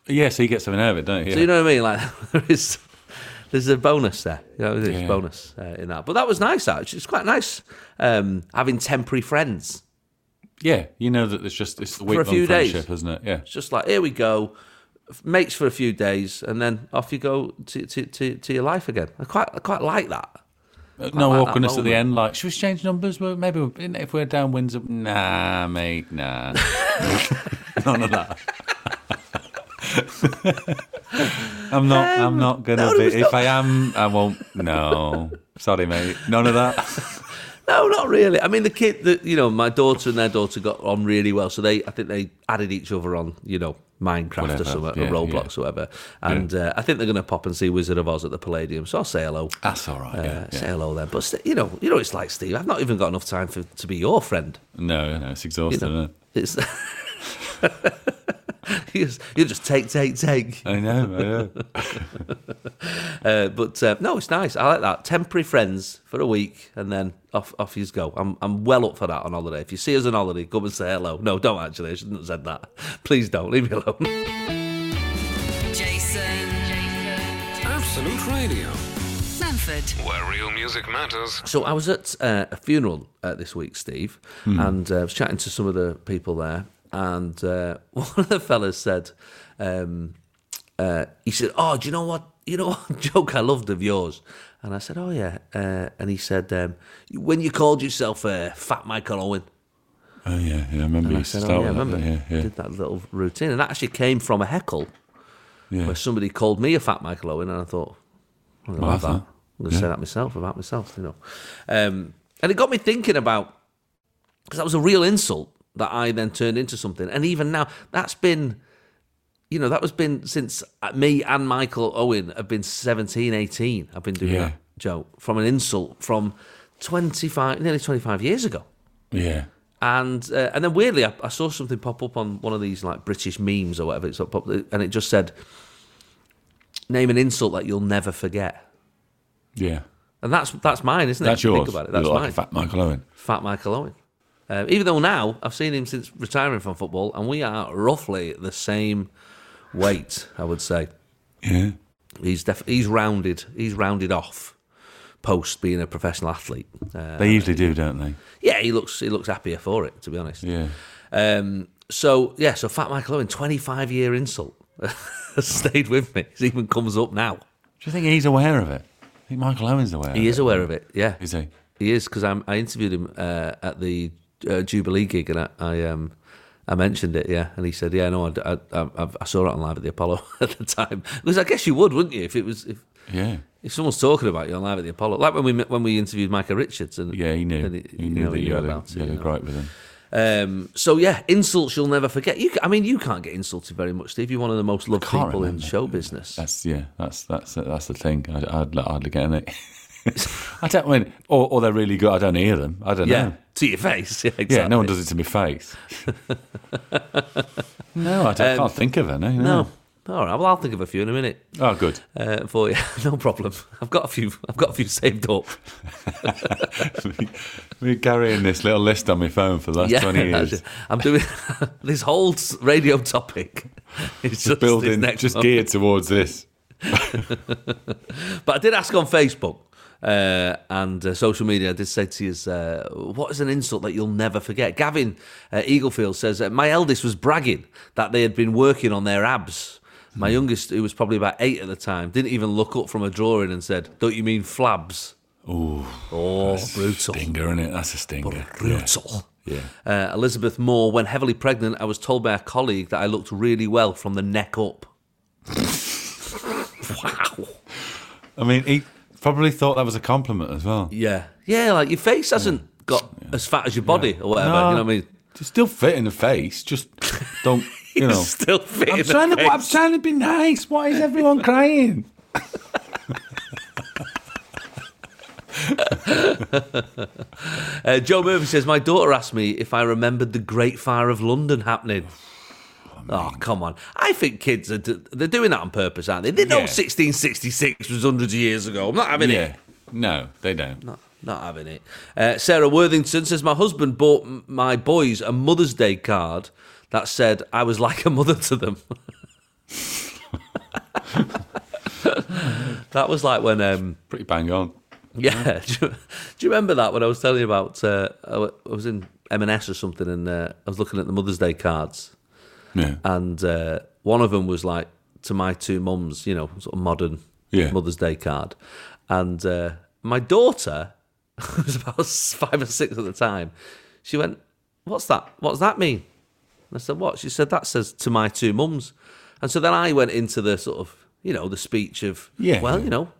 Speaker 4: Yeah, so you get something out of it, don't you?
Speaker 3: So you know what I mean? Like there is, there's a bonus there. You know, there's
Speaker 4: Yeah.
Speaker 3: a bonus uh, in that. But that was nice. Actually, it's quite nice um, having temporary friends.
Speaker 4: yeah, you know that it's just it's the
Speaker 3: a
Speaker 4: week long
Speaker 3: few days.
Speaker 4: friendship, isn't it? Yeah.
Speaker 3: It's just like here we go, f- mates for a few days, and then off you go to to, to, to your life again. I quite I quite like that.
Speaker 4: No
Speaker 3: like that
Speaker 4: awkwardness at the
Speaker 3: moment.
Speaker 4: end. Like, should we change numbers? Well, maybe we're, if we're down wins. Nah, mate, nah. None of that. I'm not. I'm Um, not gonna
Speaker 3: no, there
Speaker 4: be.
Speaker 3: was
Speaker 4: If
Speaker 3: not-
Speaker 4: I am, I won't. No, sorry, mate. None of that.
Speaker 3: No, not really. I mean, the kid that you know, my daughter and their daughter got on really well. So they, I think they added each other on, you know, Minecraft
Speaker 4: Whatever,
Speaker 3: or something,
Speaker 4: yeah,
Speaker 3: or Roblox or whatever. And uh, I think they're going to pop and see Wizard of Oz at the Palladium. So I'll say hello.
Speaker 4: That's all right.
Speaker 3: Uh,
Speaker 4: yeah, yeah.
Speaker 3: Say hello then. But st- you know, you know, it's like Steve. I've not even got enough time for to be your friend.
Speaker 4: No, no, it's
Speaker 3: You
Speaker 4: exhausting.
Speaker 3: know,
Speaker 4: isn't it?
Speaker 3: it's. You just- you just take, take, take.
Speaker 4: I know. I know.
Speaker 3: Uh, but uh, no, it's nice. I like that. Temporary friends for a week, and then off off you go. I'm I'm well up for that on holiday. If you see us on holiday, come and say hello. No, don't actually. I shouldn't have said that. Please don't leave me alone.
Speaker 1: Jason. Jason.
Speaker 2: Absolute Radio,
Speaker 1: Manford.
Speaker 2: where real music matters.
Speaker 3: So I was at uh, a funeral uh, this week, Steve, and uh, I was chatting to some of the people there, and uh, one of the fellas said, um, uh, he said, "Oh, do you know what? You know what joke I loved of yours?" And I said, "Oh yeah," uh, and he said, um, "When you called yourself uh, Fat Michael Owen."
Speaker 4: Oh yeah, yeah. I remember you
Speaker 3: I
Speaker 4: used to
Speaker 3: said,
Speaker 4: start
Speaker 3: oh, yeah,
Speaker 4: with that,
Speaker 3: remember?
Speaker 4: Yeah, yeah,
Speaker 3: Did that little routine. And that actually came from a heckle
Speaker 4: yeah.
Speaker 3: where somebody called me a fat Michael Owen, and I thought, I'm going to
Speaker 4: Well,
Speaker 3: have that.
Speaker 4: that's
Speaker 3: I'm
Speaker 4: that.
Speaker 3: going to say
Speaker 4: Yeah.
Speaker 3: that myself about myself, you know. Um, and it got me thinking about, because that was a real insult that I then turned into something. And even now, that's been, you know, that was been since uh, me and Michael Owen have been 17, 18. I've been doing
Speaker 4: Yeah.
Speaker 3: that joke from an insult from 25, nearly 25 years ago
Speaker 4: yeah.
Speaker 3: and uh, and then weirdly, I, I saw something pop up on one of these like British memes or whatever. It's up, pop- and it just said, "Name an insult that you'll never forget."
Speaker 4: Yeah.
Speaker 3: And that's that's mine, isn't it?
Speaker 4: That's
Speaker 3: If you
Speaker 4: yours.
Speaker 3: Think about it.
Speaker 4: You
Speaker 3: That's
Speaker 4: look like
Speaker 3: mine.
Speaker 4: a
Speaker 3: fat-,
Speaker 4: fat Michael Owen.
Speaker 3: Michael Owen. Um, even though now I've seen him since retiring from football, and we are roughly the same weight, I would say.
Speaker 4: Yeah.
Speaker 3: He's def- he's rounded he's rounded off post being a professional athlete. Uh,
Speaker 4: They usually do, don't they?
Speaker 3: yeah, he looks he looks happier for it, to be honest.
Speaker 4: Yeah.
Speaker 3: Um, so yeah, so Fat Michael Owen, 25 year insult, has stayed with me. It even comes up now.
Speaker 4: Do you think he's aware of it? I think Michael Owen's aware.
Speaker 3: He is aware of it. Yeah,
Speaker 4: Is he?
Speaker 3: he is because I interviewed him uh, at the uh, Jubilee gig and I, I um I mentioned it. Yeah, and he said, yeah, no, I, I, I, I saw it on live at the Apollo at the time because I guess you would, wouldn't you, if it was if.
Speaker 4: Yeah.
Speaker 3: If someone's talking about you on live at the Apollo, like when we met- when we interviewed Micah Richards, and
Speaker 4: Yeah, he knew.
Speaker 3: and
Speaker 4: He, knew
Speaker 3: know,
Speaker 4: that
Speaker 3: he
Speaker 4: you had a,
Speaker 3: about it,
Speaker 4: you had
Speaker 3: you
Speaker 4: a
Speaker 3: know.
Speaker 4: gripe with him.
Speaker 3: Um, so yeah, insults you'll never forget. You, ca- I mean, you can't get insulted very much, Steve. You're one of the most loved
Speaker 4: can't
Speaker 3: people in
Speaker 4: remember.
Speaker 3: show business.
Speaker 4: That's yeah. That's that's that's the thing. I, I'd hardly get any. I don't I mean, or, or they're really good. I don't hear them. I don't
Speaker 3: yeah,
Speaker 4: know.
Speaker 3: to your face. Yeah, exactly.
Speaker 4: Yeah, no one does it to my face. no, I don't, can't think of any. No.
Speaker 3: Um, No. All right. Well, I'll think of a few in a minute
Speaker 4: Oh, good.
Speaker 3: uh, for you. no problem. I've got a few. I've got a few saved up.
Speaker 4: We're carrying this little list on my phone for the last
Speaker 3: yeah,
Speaker 4: twenty years.
Speaker 3: I'm doing this whole s- radio topic. It's just this
Speaker 4: Building
Speaker 3: next
Speaker 4: just
Speaker 3: one.
Speaker 4: geared towards this.
Speaker 3: But I did ask on Facebook uh, and uh, social media. I did say to you, uh, "What is an insult that you'll never forget?" Gavin uh, Eaglefield says, uh, "My eldest was bragging that they had been working on their abs. My youngest, who was probably about eight at the time, didn't even look up from a drawing and said, "Don't you mean flabs?" Ooh, oh, brutal.
Speaker 4: Stinger, innit? That's a stinger. Yeah.
Speaker 3: Brutal.
Speaker 4: Yeah.
Speaker 3: Uh, Elizabeth Moore, when heavily pregnant, I was told by a colleague that I looked really well from the neck up. wow.
Speaker 4: I mean, he probably thought that was a compliment as well.
Speaker 3: Yeah. Yeah, like your face hasn't got as fat as your body or whatever.
Speaker 4: No.
Speaker 3: You know what I mean?
Speaker 4: It's still fit in the face. Just don't, you know.
Speaker 3: Still fit.
Speaker 4: I'm
Speaker 3: in the
Speaker 4: trying, to, I'm
Speaker 3: face.
Speaker 4: trying to be nice. Why is everyone crying?
Speaker 3: Uh, Joe Murphy says, My daughter asked me if I remembered the Great Fire of London happening. Oh, come on. I think kids are d- they're doing that on purpose, aren't they? They know
Speaker 4: Yeah.
Speaker 3: 1666 was hundreds of years ago. I'm not having it.
Speaker 4: yeah. No, they don't.
Speaker 3: Not, not having it. Uh, Sarah Worthington says, My husband bought m- my boys a Mother's Day card that said I was like a mother to them. that was like when. Um,
Speaker 4: Pretty bang on.
Speaker 3: yeah, do you, do you remember that when I was telling you about? Uh, I w- I was in M&S or something, and uh, I was looking at the Mother's Day cards,
Speaker 4: Yeah.
Speaker 3: and uh, one of them was like to my two mums, you know, sort of modern
Speaker 4: Yeah.
Speaker 3: Mother's Day card, and uh, my daughter who was about s- five or six at the time. She went, "What's that? What's that mean?" And I said, "What?" She said, "That says to my two mums," and so then I went into the sort of, you know, the speech of,
Speaker 4: Yeah.
Speaker 3: well, you know."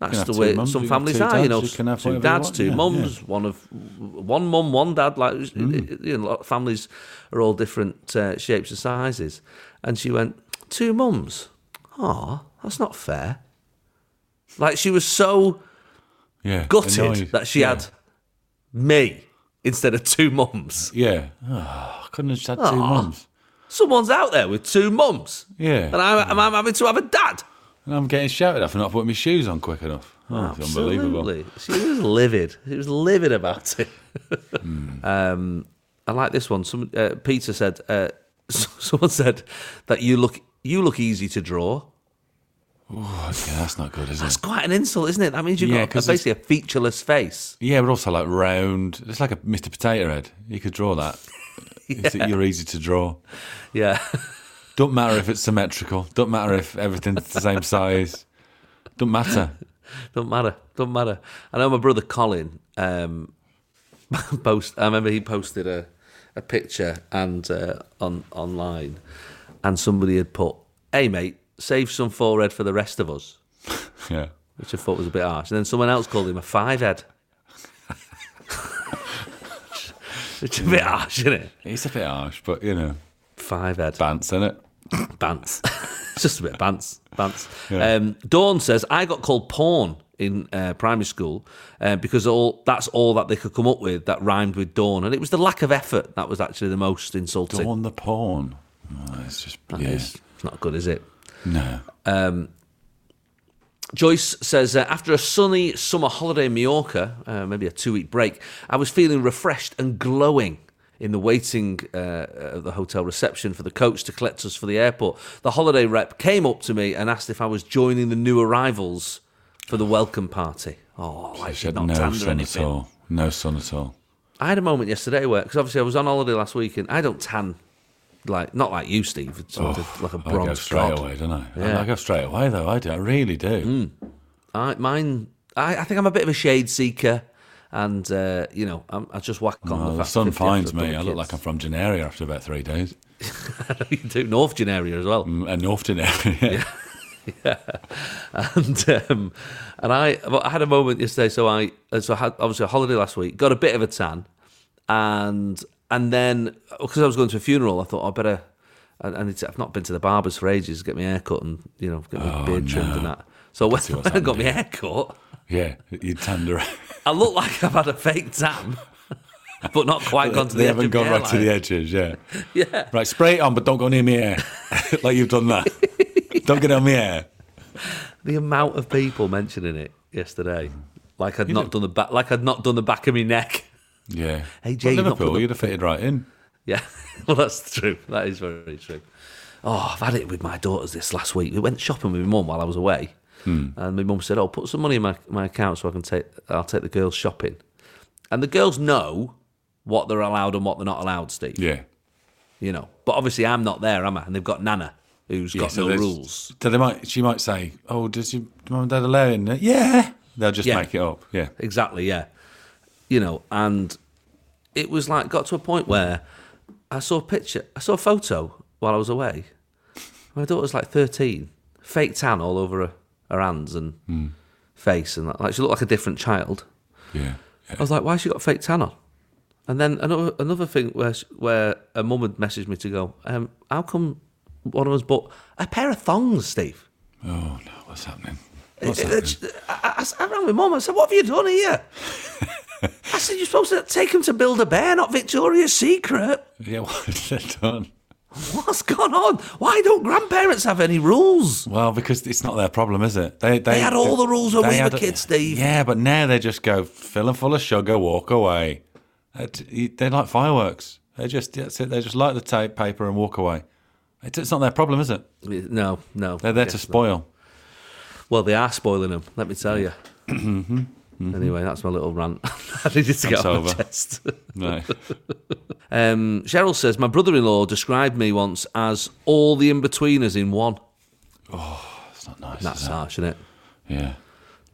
Speaker 3: That's
Speaker 4: have
Speaker 3: the
Speaker 4: two
Speaker 3: way
Speaker 4: mums,
Speaker 3: some
Speaker 4: you can have
Speaker 3: families
Speaker 4: two
Speaker 3: are, you
Speaker 4: dads,
Speaker 3: know.
Speaker 4: you can have
Speaker 3: two
Speaker 4: whatever you
Speaker 3: dads,
Speaker 4: want,
Speaker 3: two
Speaker 4: yeah, Mm.
Speaker 3: mums, one of one mum, one dad. Like you know, families are all different uh, shapes and sizes. And she went, two mums. Ah, that's not fair. Like she was so
Speaker 4: Yeah.
Speaker 3: gutted
Speaker 4: Annoyed.
Speaker 3: that she
Speaker 4: Yeah.
Speaker 3: had me instead of two mums.
Speaker 4: Yeah. Oh, I couldn't have just had two
Speaker 3: Aw.
Speaker 4: mums.
Speaker 3: Someone's out there with two mums.
Speaker 4: Yeah.
Speaker 3: And I'm, and I'm having to have a dad.
Speaker 4: And I'm getting shouted at for not putting my shoes on quick enough. Oh, it's unbelievable.
Speaker 3: Absolutely. She was livid. She was livid about it.
Speaker 4: Hmm.
Speaker 3: Um, I like this one. Some, uh, Peter said, uh, someone said that you look, you look easy to draw.
Speaker 4: Yeah, that's not good, is it?
Speaker 3: That's quite an insult, isn't it? That means you've
Speaker 4: Yeah,
Speaker 3: got
Speaker 4: 'cause
Speaker 3: a, basically a featureless face.
Speaker 4: Yeah, but also like round. It's like a Mr. Potato Head. You could draw that. It's- You're easy to draw.
Speaker 3: Yeah.
Speaker 4: Don't matter if it's symmetrical. Don't matter if everything's the same size. Don't matter.
Speaker 3: Don't matter. Don't matter. I know my brother Colin. Um, post. I remember he posted a a picture and uh, on online, and somebody had put, "Hey mate, save some forehead for the rest of us,"
Speaker 4: Yeah.
Speaker 3: which I thought was a bit harsh. And then someone else called him a five head. It's a bit harsh, isn't it?
Speaker 4: It's a bit harsh, but you know,
Speaker 3: Five head.
Speaker 4: bants in it.
Speaker 3: Bants. it's just a bit of bants. Bants.
Speaker 4: Yeah.
Speaker 3: Um, Dawn says, I got called porn in uh, primary school uh, because all that's all that they could come up with that rhymed with dawn. And it was the lack of effort that was actually the most insulting.
Speaker 4: Dawn the pawn. Oh, it's just yeah.
Speaker 3: It's it's not good, is it?
Speaker 4: No.
Speaker 3: Joyce says, uh, after a sunny summer holiday in Mallorca, uh, maybe a two week break, I was feeling refreshed and glowing in the waiting uh, at the hotel reception for the coach to collect us for the airport. The holiday rep came up to me and asked if I was joining the new arrivals for the welcome party. Oh, I
Speaker 4: She
Speaker 3: should
Speaker 4: had
Speaker 3: not
Speaker 4: no
Speaker 3: tan or
Speaker 4: sun at
Speaker 3: anything.
Speaker 4: all. No sun at all.
Speaker 3: I had a moment yesterday where, because obviously I was on holiday last week and I don't tan, like, not like you, Steve, it's sort of like a
Speaker 4: Oh, I go
Speaker 3: bronze
Speaker 4: straight
Speaker 3: god.
Speaker 4: away, don't I?
Speaker 3: Yeah. Hmm.
Speaker 4: I go straight away though. I do. I really do.
Speaker 3: I mine. I, I think I'm a bit of a shade seeker, and uh, you know, I'm, I just whack on
Speaker 4: Well,
Speaker 3: the
Speaker 4: the
Speaker 3: fact
Speaker 4: sun
Speaker 3: 50
Speaker 4: finds
Speaker 3: after
Speaker 4: me.
Speaker 3: I've done
Speaker 4: I
Speaker 3: the
Speaker 4: look like I'm
Speaker 3: kids.
Speaker 4: from Janaria after about three days.
Speaker 3: you do North Genaria as well,
Speaker 4: Mm, And often area.
Speaker 3: and um, and I well, I had a moment yesterday. So I uh, so I had obviously a holiday last week, got a bit of a tan, and and then because I was going to a funeral, I thought I better. I, I need to, I've not been to the barbers for ages. Get my hair cut and you know get
Speaker 4: Oh,
Speaker 3: my beard trimmed and that. So when,
Speaker 4: what's
Speaker 3: when I got
Speaker 4: happened
Speaker 3: my hair cut,
Speaker 4: Yeah, you tanned around.
Speaker 3: I look like I've had a fake tan, but not quite gone to
Speaker 4: they
Speaker 3: the edge
Speaker 4: haven't
Speaker 3: of
Speaker 4: gone
Speaker 3: my
Speaker 4: right to
Speaker 3: hairline.
Speaker 4: the edges. Yeah.
Speaker 3: Yeah.
Speaker 4: Right, spray it on, but don't go near me hair. like you've done that. don't get on me hair.
Speaker 3: The amount of people mentioning it yesterday, like I'd not done the back, like I'd not done the back of my neck.
Speaker 4: Yeah.
Speaker 3: Hey, Jay,
Speaker 4: Well,
Speaker 3: you've not
Speaker 4: Liverpool,
Speaker 3: put the-
Speaker 4: you'd have fitted right in.
Speaker 3: Yeah, well, that's true. That is very true. Oh, I've had it with my daughters this last week. We went shopping with my mum while I was away,
Speaker 4: Hmm.
Speaker 3: and my mum said, "Oh, put some money in my, my account so I can take I'll take the girls shopping." And the girls know what they're allowed and what they're not allowed, Steve.
Speaker 4: Yeah.
Speaker 3: You know, but obviously I'm not there, am I? And they've got Nana, who's
Speaker 4: Yeah,
Speaker 3: got
Speaker 4: so
Speaker 3: no
Speaker 4: there's-
Speaker 3: rules.
Speaker 4: So they might, she might say, "Oh, does your mum and dad allow it?" in there?" Yeah, they'll just
Speaker 3: Yeah.
Speaker 4: make it up. Yeah,
Speaker 3: Exactly, yeah. You know, and it was like got to a point where I saw a picture, I saw a photo while I was away. My daughter was like 13, fake tan all over her, her hands and face, and that. like she looked like a different child.
Speaker 4: yeah,
Speaker 3: I was like, why has she got fake tan on? And then another another thing where she- where a mum had messaged me to go, um, how come one of us bought a pair of thongs, Steve?
Speaker 4: Oh no, what's happening? What's
Speaker 3: I,
Speaker 4: happened?
Speaker 3: I, I rang my mum. I said, "What have you done here?" I said, "You're supposed to take him to Build a Bear, not Victoria's Secret.
Speaker 4: Yeah, what is that done?
Speaker 3: What's gone on? Why don't grandparents have any rules?"
Speaker 4: Well, because it's not their problem, is it? They they,
Speaker 3: They had all the rules when
Speaker 4: they
Speaker 3: we were
Speaker 4: had-
Speaker 3: kids, Steve.
Speaker 4: Yeah, but now they just go fill them full of sugar, walk away. Uh, That- They're like fireworks. They just that's it. They just light the tape paper and walk away. It's it's not their problem, is it?
Speaker 3: No, no.
Speaker 4: They're there
Speaker 3: I
Speaker 4: to
Speaker 3: guess
Speaker 4: spoil.
Speaker 3: not. Well, they are spoiling them. Let me tell you. anyway, that's my little rant. I needed to get off
Speaker 4: Mm-hmm, That's
Speaker 3: my
Speaker 4: over.
Speaker 3: chest.
Speaker 4: No.
Speaker 3: Um, Cheryl says, My brother in law described me once as all the in betweeners in one.
Speaker 4: It's not nice.
Speaker 3: That's
Speaker 4: is it?
Speaker 3: harsh, isn't it?
Speaker 4: Yeah.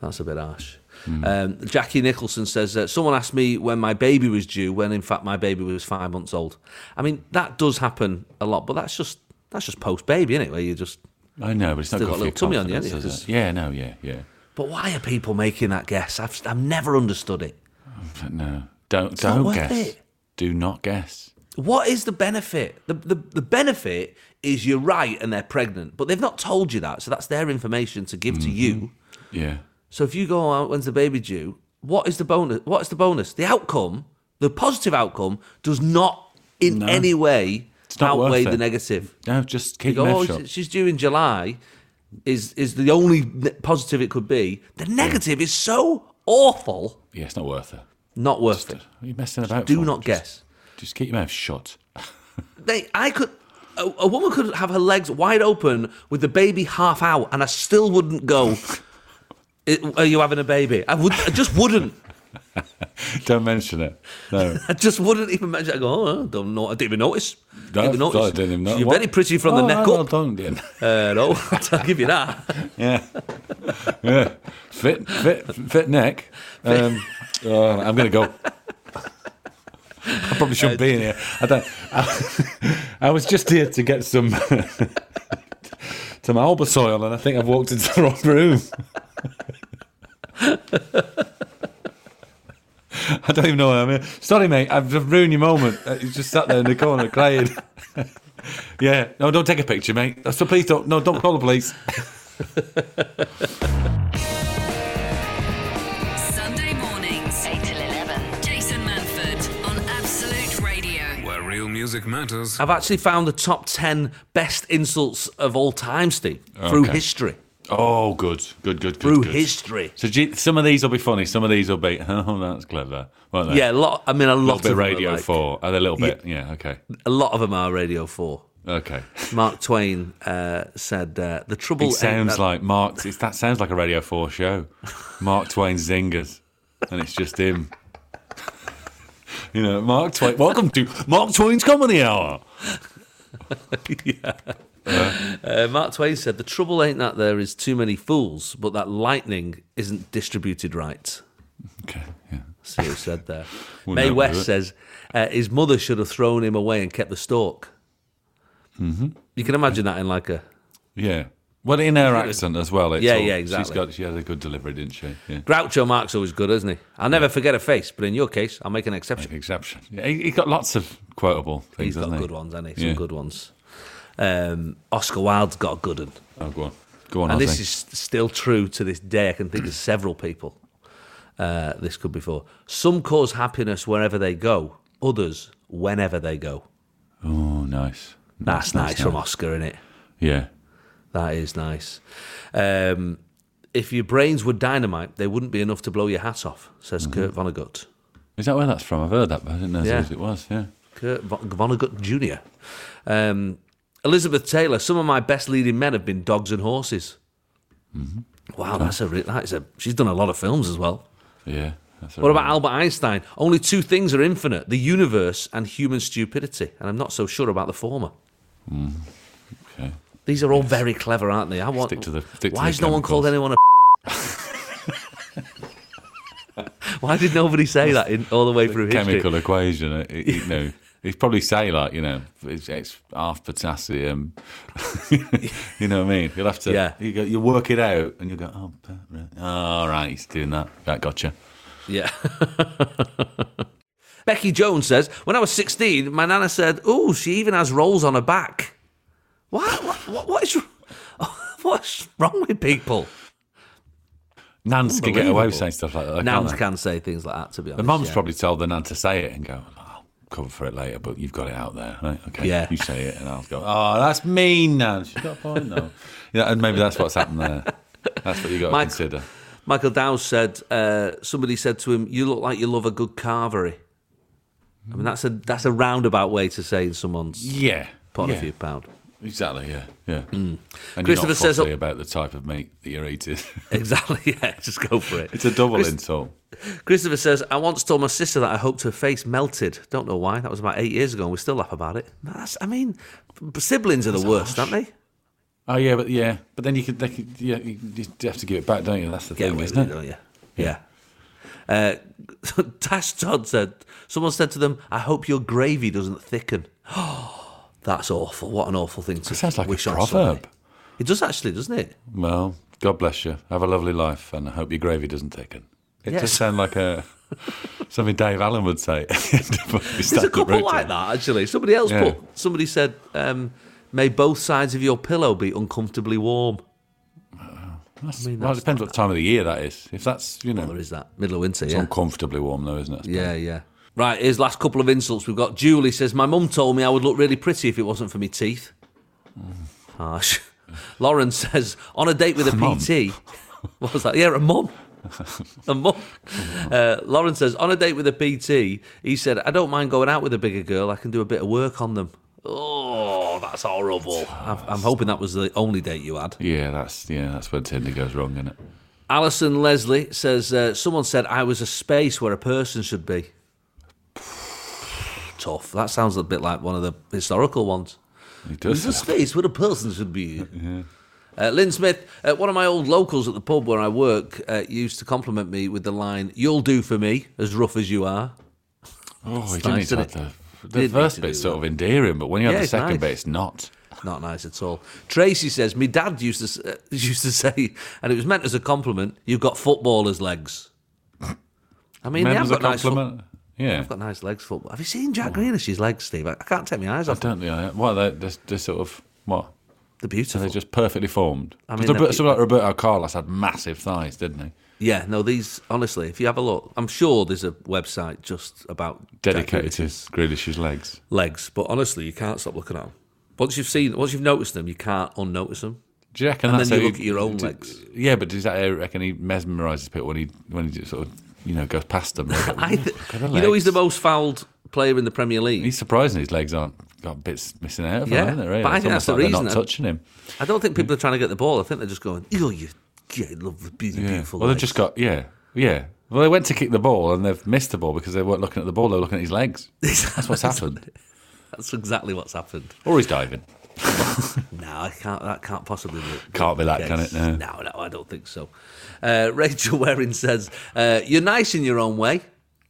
Speaker 3: That's a bit harsh. Um, Jackie Nicholson says, uh, Someone asked me when my baby was due, when in fact my baby was five months old. I mean, that does happen a lot, but that's just that's just post baby, isn't it? Where you just.
Speaker 4: I know, but it's not
Speaker 3: Still got
Speaker 4: good for
Speaker 3: a
Speaker 4: your
Speaker 3: little tummy on you,
Speaker 4: confidence,
Speaker 3: haven't you?
Speaker 4: is it? Yeah, no, yeah, yeah.
Speaker 3: But why are people making that guess? I've, I've never understood it.
Speaker 4: But no, don't
Speaker 3: not
Speaker 4: don't
Speaker 3: worth
Speaker 4: guess.
Speaker 3: it.
Speaker 4: Do not guess.
Speaker 3: What is the benefit? The, the, the benefit is you're right and they're pregnant, but they've not told you that. So that's their information to give to you.
Speaker 4: Yeah,
Speaker 3: So if you go out, when's the baby due? What is the bonus? What is the bonus? The outcome, the positive outcome, does not in
Speaker 4: No.
Speaker 3: any way
Speaker 4: not worth
Speaker 3: outweigh
Speaker 4: it.
Speaker 3: the negative.
Speaker 4: no, just
Speaker 3: You
Speaker 4: keep
Speaker 3: go,
Speaker 4: your
Speaker 3: oh,
Speaker 4: mouth shut.
Speaker 3: she's- she's due in July, is is the only ne- positive it could be. The negative is so awful,
Speaker 4: Yeah, it's not worth it.
Speaker 3: not worth
Speaker 4: What
Speaker 3: it.
Speaker 4: are you messing about?
Speaker 3: Do
Speaker 4: for?
Speaker 3: not
Speaker 4: Just-
Speaker 3: guess.
Speaker 4: Just keep your mouth shut.
Speaker 3: They, I could. A, a woman could have her legs wide open with the baby half out, and I still wouldn't go. "I- Are you having a baby? I would. I just wouldn't.
Speaker 4: Don't mention it. No.
Speaker 3: I just wouldn't even mention. I go, oh, I don't know. I didn't even notice.
Speaker 4: Don't-
Speaker 3: didn't even notice.
Speaker 4: I didn't even know.
Speaker 3: You're
Speaker 4: What?
Speaker 3: very pretty from the
Speaker 4: Oh,
Speaker 3: neck
Speaker 4: no,
Speaker 3: up.
Speaker 4: No, don't. Yeah.
Speaker 3: Uh, no, I'll give you that.
Speaker 4: yeah. Yeah. Fit, fit, fit neck. Um, oh, I'm going to go. I probably shouldn't be in here. I don't. I, I was just here to get some to my Albus oil, and I think I've walked into the wrong room. I don't even know why I'm here. Sorry, mate. I've just ruined your moment. Uh, You just sat there in the corner crying. yeah. No, don't take a picture, mate. So please don't. No, don't call the police.
Speaker 1: Sunday mornings, 8 till 11. Jason Manford on Absolute Radio.
Speaker 2: Where real music matters.
Speaker 3: I've actually found the top ten best insults of all time, Steve, through
Speaker 4: Okay.
Speaker 3: history.
Speaker 4: Oh, good, good, good, good.
Speaker 3: Through
Speaker 4: good.
Speaker 3: history.
Speaker 4: So do you- some of these will be funny. Some of these will be. Oh, that's clever. Won't they?
Speaker 3: Yeah, a lot. I mean, a
Speaker 4: A
Speaker 3: lot
Speaker 4: little bit
Speaker 3: of
Speaker 4: Radio
Speaker 3: them are like-
Speaker 4: Four. And a little bit. Yeah. Okay.
Speaker 3: A lot of them are Radio Four.
Speaker 4: Okay.
Speaker 3: Mark Twain uh, said uh, the trouble.
Speaker 4: It
Speaker 3: ain't
Speaker 4: sounds
Speaker 3: that-
Speaker 4: like Mark. It's, that sounds like a Radio Four show. Mark Twain zingers, and it's just him. You know, Mark Twain. Welcome to Mark Twain's Comedy Hour.
Speaker 3: Uh, Mark Twain said the trouble ain't that there is too many fools, but that lightning isn't distributed right.
Speaker 4: Okay. Yeah.
Speaker 3: See who said there.
Speaker 4: Wouldn't
Speaker 3: May
Speaker 4: happen,
Speaker 3: West
Speaker 4: would it?
Speaker 3: says uh, his mother should have thrown him away and kept the stalk. Mm-hmm. You can imagine that in like a
Speaker 4: Yeah. Well, in her accent as well. It's
Speaker 3: Yeah,
Speaker 4: all-
Speaker 3: yeah,
Speaker 4: She's
Speaker 3: exactly.
Speaker 4: got. She had a good delivery, didn't she? Yeah.
Speaker 3: Groucho Marx always good, isn't he? I'll never forget a face, but in your case, I'll make an exception.
Speaker 4: Exception. Yeah, he, he got lots of quotable things.
Speaker 3: He's got
Speaker 4: hasn't he?
Speaker 3: good ones, hasn't he? Some
Speaker 4: Yeah.
Speaker 3: good ones. Um, Oscar Wilde's got a good one,
Speaker 4: Oh, go on. Go on.
Speaker 3: and
Speaker 4: Ozzy.
Speaker 3: this is still true to this day. I can think of several people. Uh, this could be for some cause happiness wherever they go, others whenever they go.
Speaker 4: Oh, nice.
Speaker 3: That's nice from Oscar, isn't it?
Speaker 4: Yeah.
Speaker 3: That is nice. Um, if your brains were dynamite, they wouldn't be enough to blow your hat off, says Kurt Vonnegut.
Speaker 4: Is that where that's from? I've heard that, but I didn't know
Speaker 3: Yeah.
Speaker 4: yeah. it was. Yeah.
Speaker 3: Kurt Von- Vonnegut Jr. Um, Elizabeth Taylor, some of my best leading men have been dogs and horses. Wow, that's a, re- that is a, she's done a lot of films as well.
Speaker 4: Yeah. That's
Speaker 3: What about Albert Einstein? Only two things are infinite the universe and human stupidity. And I'm not so sure about the former.
Speaker 4: Hmm. Okay.
Speaker 3: These are all very clever, aren't they? I want.
Speaker 4: Stick to the- stick to
Speaker 3: why
Speaker 4: the
Speaker 3: has no one
Speaker 4: chemicals.
Speaker 3: called anyone a? why did nobody say that in, all the way through
Speaker 4: Chemical
Speaker 3: history?
Speaker 4: equation. It, it, you know, he'd probably say like, you know, it's, it's half potassium. you know what I mean? You'll have to.
Speaker 3: Yeah.
Speaker 4: You, go, you work it out, and you go, oh, but- right. oh, right, he's doing that. Right, gotcha.
Speaker 3: Yeah. Becky Jones says, "When I was 16, my nana said, "Oh, she even has rolls on her back." What? What, what, what is? What's wrong with people?
Speaker 4: Nans can get away with
Speaker 3: Unbelievable.
Speaker 4: saying stuff like that. can't
Speaker 3: Nans
Speaker 4: they?
Speaker 3: can say things like that. To be honest,
Speaker 4: The mum's
Speaker 3: yeah.
Speaker 4: probably told the nan to say it and go, I'll cover for it later, but you've got it out there. Right? Okay.
Speaker 3: Yeah.
Speaker 4: You say it and I'll go, oh, that's mean, nan. She's got a point, though. yeah, and maybe that's what's happened there. That's what you got to
Speaker 3: Mike-
Speaker 4: consider.
Speaker 3: Michael Dow said uh, somebody said to him, "You look like you love a good carvery." I mean, that's a that's a roundabout way to say someone's
Speaker 4: Yeah.
Speaker 3: point
Speaker 4: Yeah.
Speaker 3: of view. Pound
Speaker 4: Exactly, yeah. Yeah. And you're
Speaker 3: Hmm. Christopher
Speaker 4: not
Speaker 3: says-
Speaker 4: fussy about the type of meat that you're eating.
Speaker 3: exactly. Yeah, just go for it.
Speaker 4: it's a double
Speaker 3: Chris-
Speaker 4: insult.
Speaker 3: Christopher says, "I once told my sister that I hoped her face melted. Don't know why. That was about eight years ago, and we still laugh about it. That's, I mean, b- siblings are the worst, aren't they?
Speaker 4: Oh yeah, but yeah, but then you could, they could yeah, you you have to give it back, don't you? That's the
Speaker 3: Get
Speaker 4: thing,
Speaker 3: away with
Speaker 4: isn't
Speaker 3: it,
Speaker 4: it?
Speaker 3: don't you? Yeah." Uh, Tash Todd said, "Someone said to them, I hope your gravy doesn't thicken." That's awful. What an awful thing to
Speaker 4: It sounds like a
Speaker 3: wish on somebody.
Speaker 4: proverb.
Speaker 3: It does actually, doesn't it?
Speaker 4: Well, God bless you. Have a lovely life, and I hope your gravy doesn't thicken. It
Speaker 3: Yes.
Speaker 4: does sound like a something Dave Allen would say.
Speaker 3: There's a couple like that actually. Somebody else
Speaker 4: Yeah.
Speaker 3: put. Somebody said, um, "May both sides of your pillow be uncomfortably warm."
Speaker 4: well, it depends what time of the year that is. If that's you know,
Speaker 3: There is that middle of winter.
Speaker 4: it's
Speaker 3: yeah.
Speaker 4: uncomfortably warm though, isn't it?
Speaker 3: Yeah, yeah. Right, here's last couple of insults we've got. Julie says, My mum told me I would look really pretty if it wasn't for me teeth. Mm. Harsh. Lauren says, On a date with a
Speaker 4: Mum.
Speaker 3: PT. What was that? Yeah, a mum. A mum. Uh, Lauren says, On a date with a PT, he said, I don't mind going out with a bigger girl. I can do a bit of work on them. Oh, that's horrible. I'm, I'm hoping that was the only date you had.
Speaker 4: Yeah, that's yeah, that's where Tinder goes wrong, isn't it?
Speaker 3: Alison Leslie says, uh, someone said I was a space where a person should be. Tough. That sounds a bit like one of the historical ones.
Speaker 4: It
Speaker 3: There's
Speaker 4: does.
Speaker 3: a space where a person should be. Uh, Lynn Smith, uh, one of my old locals at the pub where I work, uh, used to compliment me with the line, You'll do for me, as rough as you are.
Speaker 4: oh, you
Speaker 3: nice,
Speaker 4: didn't need to
Speaker 3: isn't
Speaker 4: have
Speaker 3: it?
Speaker 4: the,
Speaker 3: Didn't
Speaker 4: the
Speaker 3: need
Speaker 4: first
Speaker 3: to
Speaker 4: bit's
Speaker 3: do
Speaker 4: sort of endearing, but when you have
Speaker 3: Yeah,
Speaker 4: the
Speaker 3: it's
Speaker 4: second
Speaker 3: nice.
Speaker 4: bit, it's not.
Speaker 3: Not nice at all. Tracy says, My dad used to, s- uh, used to say, and it was meant as a compliment, You've got footballers' legs. I mean,
Speaker 4: Men
Speaker 3: they have
Speaker 4: was a
Speaker 3: got nice foot-
Speaker 4: compliment. yeah,
Speaker 3: got nice legs football. Have you seen Jack Grealish's legs, Steve? I, I can't take my eyes
Speaker 4: I
Speaker 3: off. them.
Speaker 4: don't think I. What they're, they're, they're sort of what
Speaker 3: They're beautiful.
Speaker 4: they're just perfectly formed.
Speaker 3: I
Speaker 4: I
Speaker 3: mean,
Speaker 4: mean,
Speaker 3: they're-
Speaker 4: Roberto, something like Roberto Carlos had massive thighs, didn't he?
Speaker 3: Yeah, no, these honestly, if you have a look, I'm sure there's a website just about Jack
Speaker 4: Dedicated
Speaker 3: Grealish's
Speaker 4: to Grealish's legs.
Speaker 3: legs. But honestly, you can't stop looking at them. Once you've seen, once you've noticed them, you can't unnotice them.
Speaker 4: Do you reckon
Speaker 3: And
Speaker 4: that's
Speaker 3: then you
Speaker 4: how
Speaker 3: look at your own legs.
Speaker 4: Yeah, but does that I reckon he mesmerises people when he when he just sort of you know goes past them? They go,
Speaker 3: I th-
Speaker 4: "Look at her
Speaker 3: you know, he's the
Speaker 4: legs."
Speaker 3: most fouled player in the Premier League.
Speaker 4: He's surprising his legs aren't got bits missing out of
Speaker 3: Yeah,
Speaker 4: them, aren't they? Really?
Speaker 3: but I
Speaker 4: It's
Speaker 3: think that's
Speaker 4: almost
Speaker 3: the
Speaker 4: like they're
Speaker 3: reason.
Speaker 4: not touching him.
Speaker 3: I don't think people are trying to get the ball. I think they're just going, "Oh, you, yeah, love the beautiful."
Speaker 4: Yeah.
Speaker 3: beautiful
Speaker 4: Well, they've
Speaker 3: legs."
Speaker 4: just got yeah, yeah. Well, they went to kick the ball and they've missed the ball because they weren't looking at the ball; they were looking at his legs. That's what's happened.
Speaker 3: That's exactly what's happened.
Speaker 4: Or he's diving.
Speaker 3: No, I can't. That can't possibly be.
Speaker 4: Can't be that,
Speaker 3: the
Speaker 4: can
Speaker 3: case.
Speaker 4: it? No.
Speaker 3: no, no, I don't think so. Uh, Rachel Waring says, uh, "You're nice in your own way."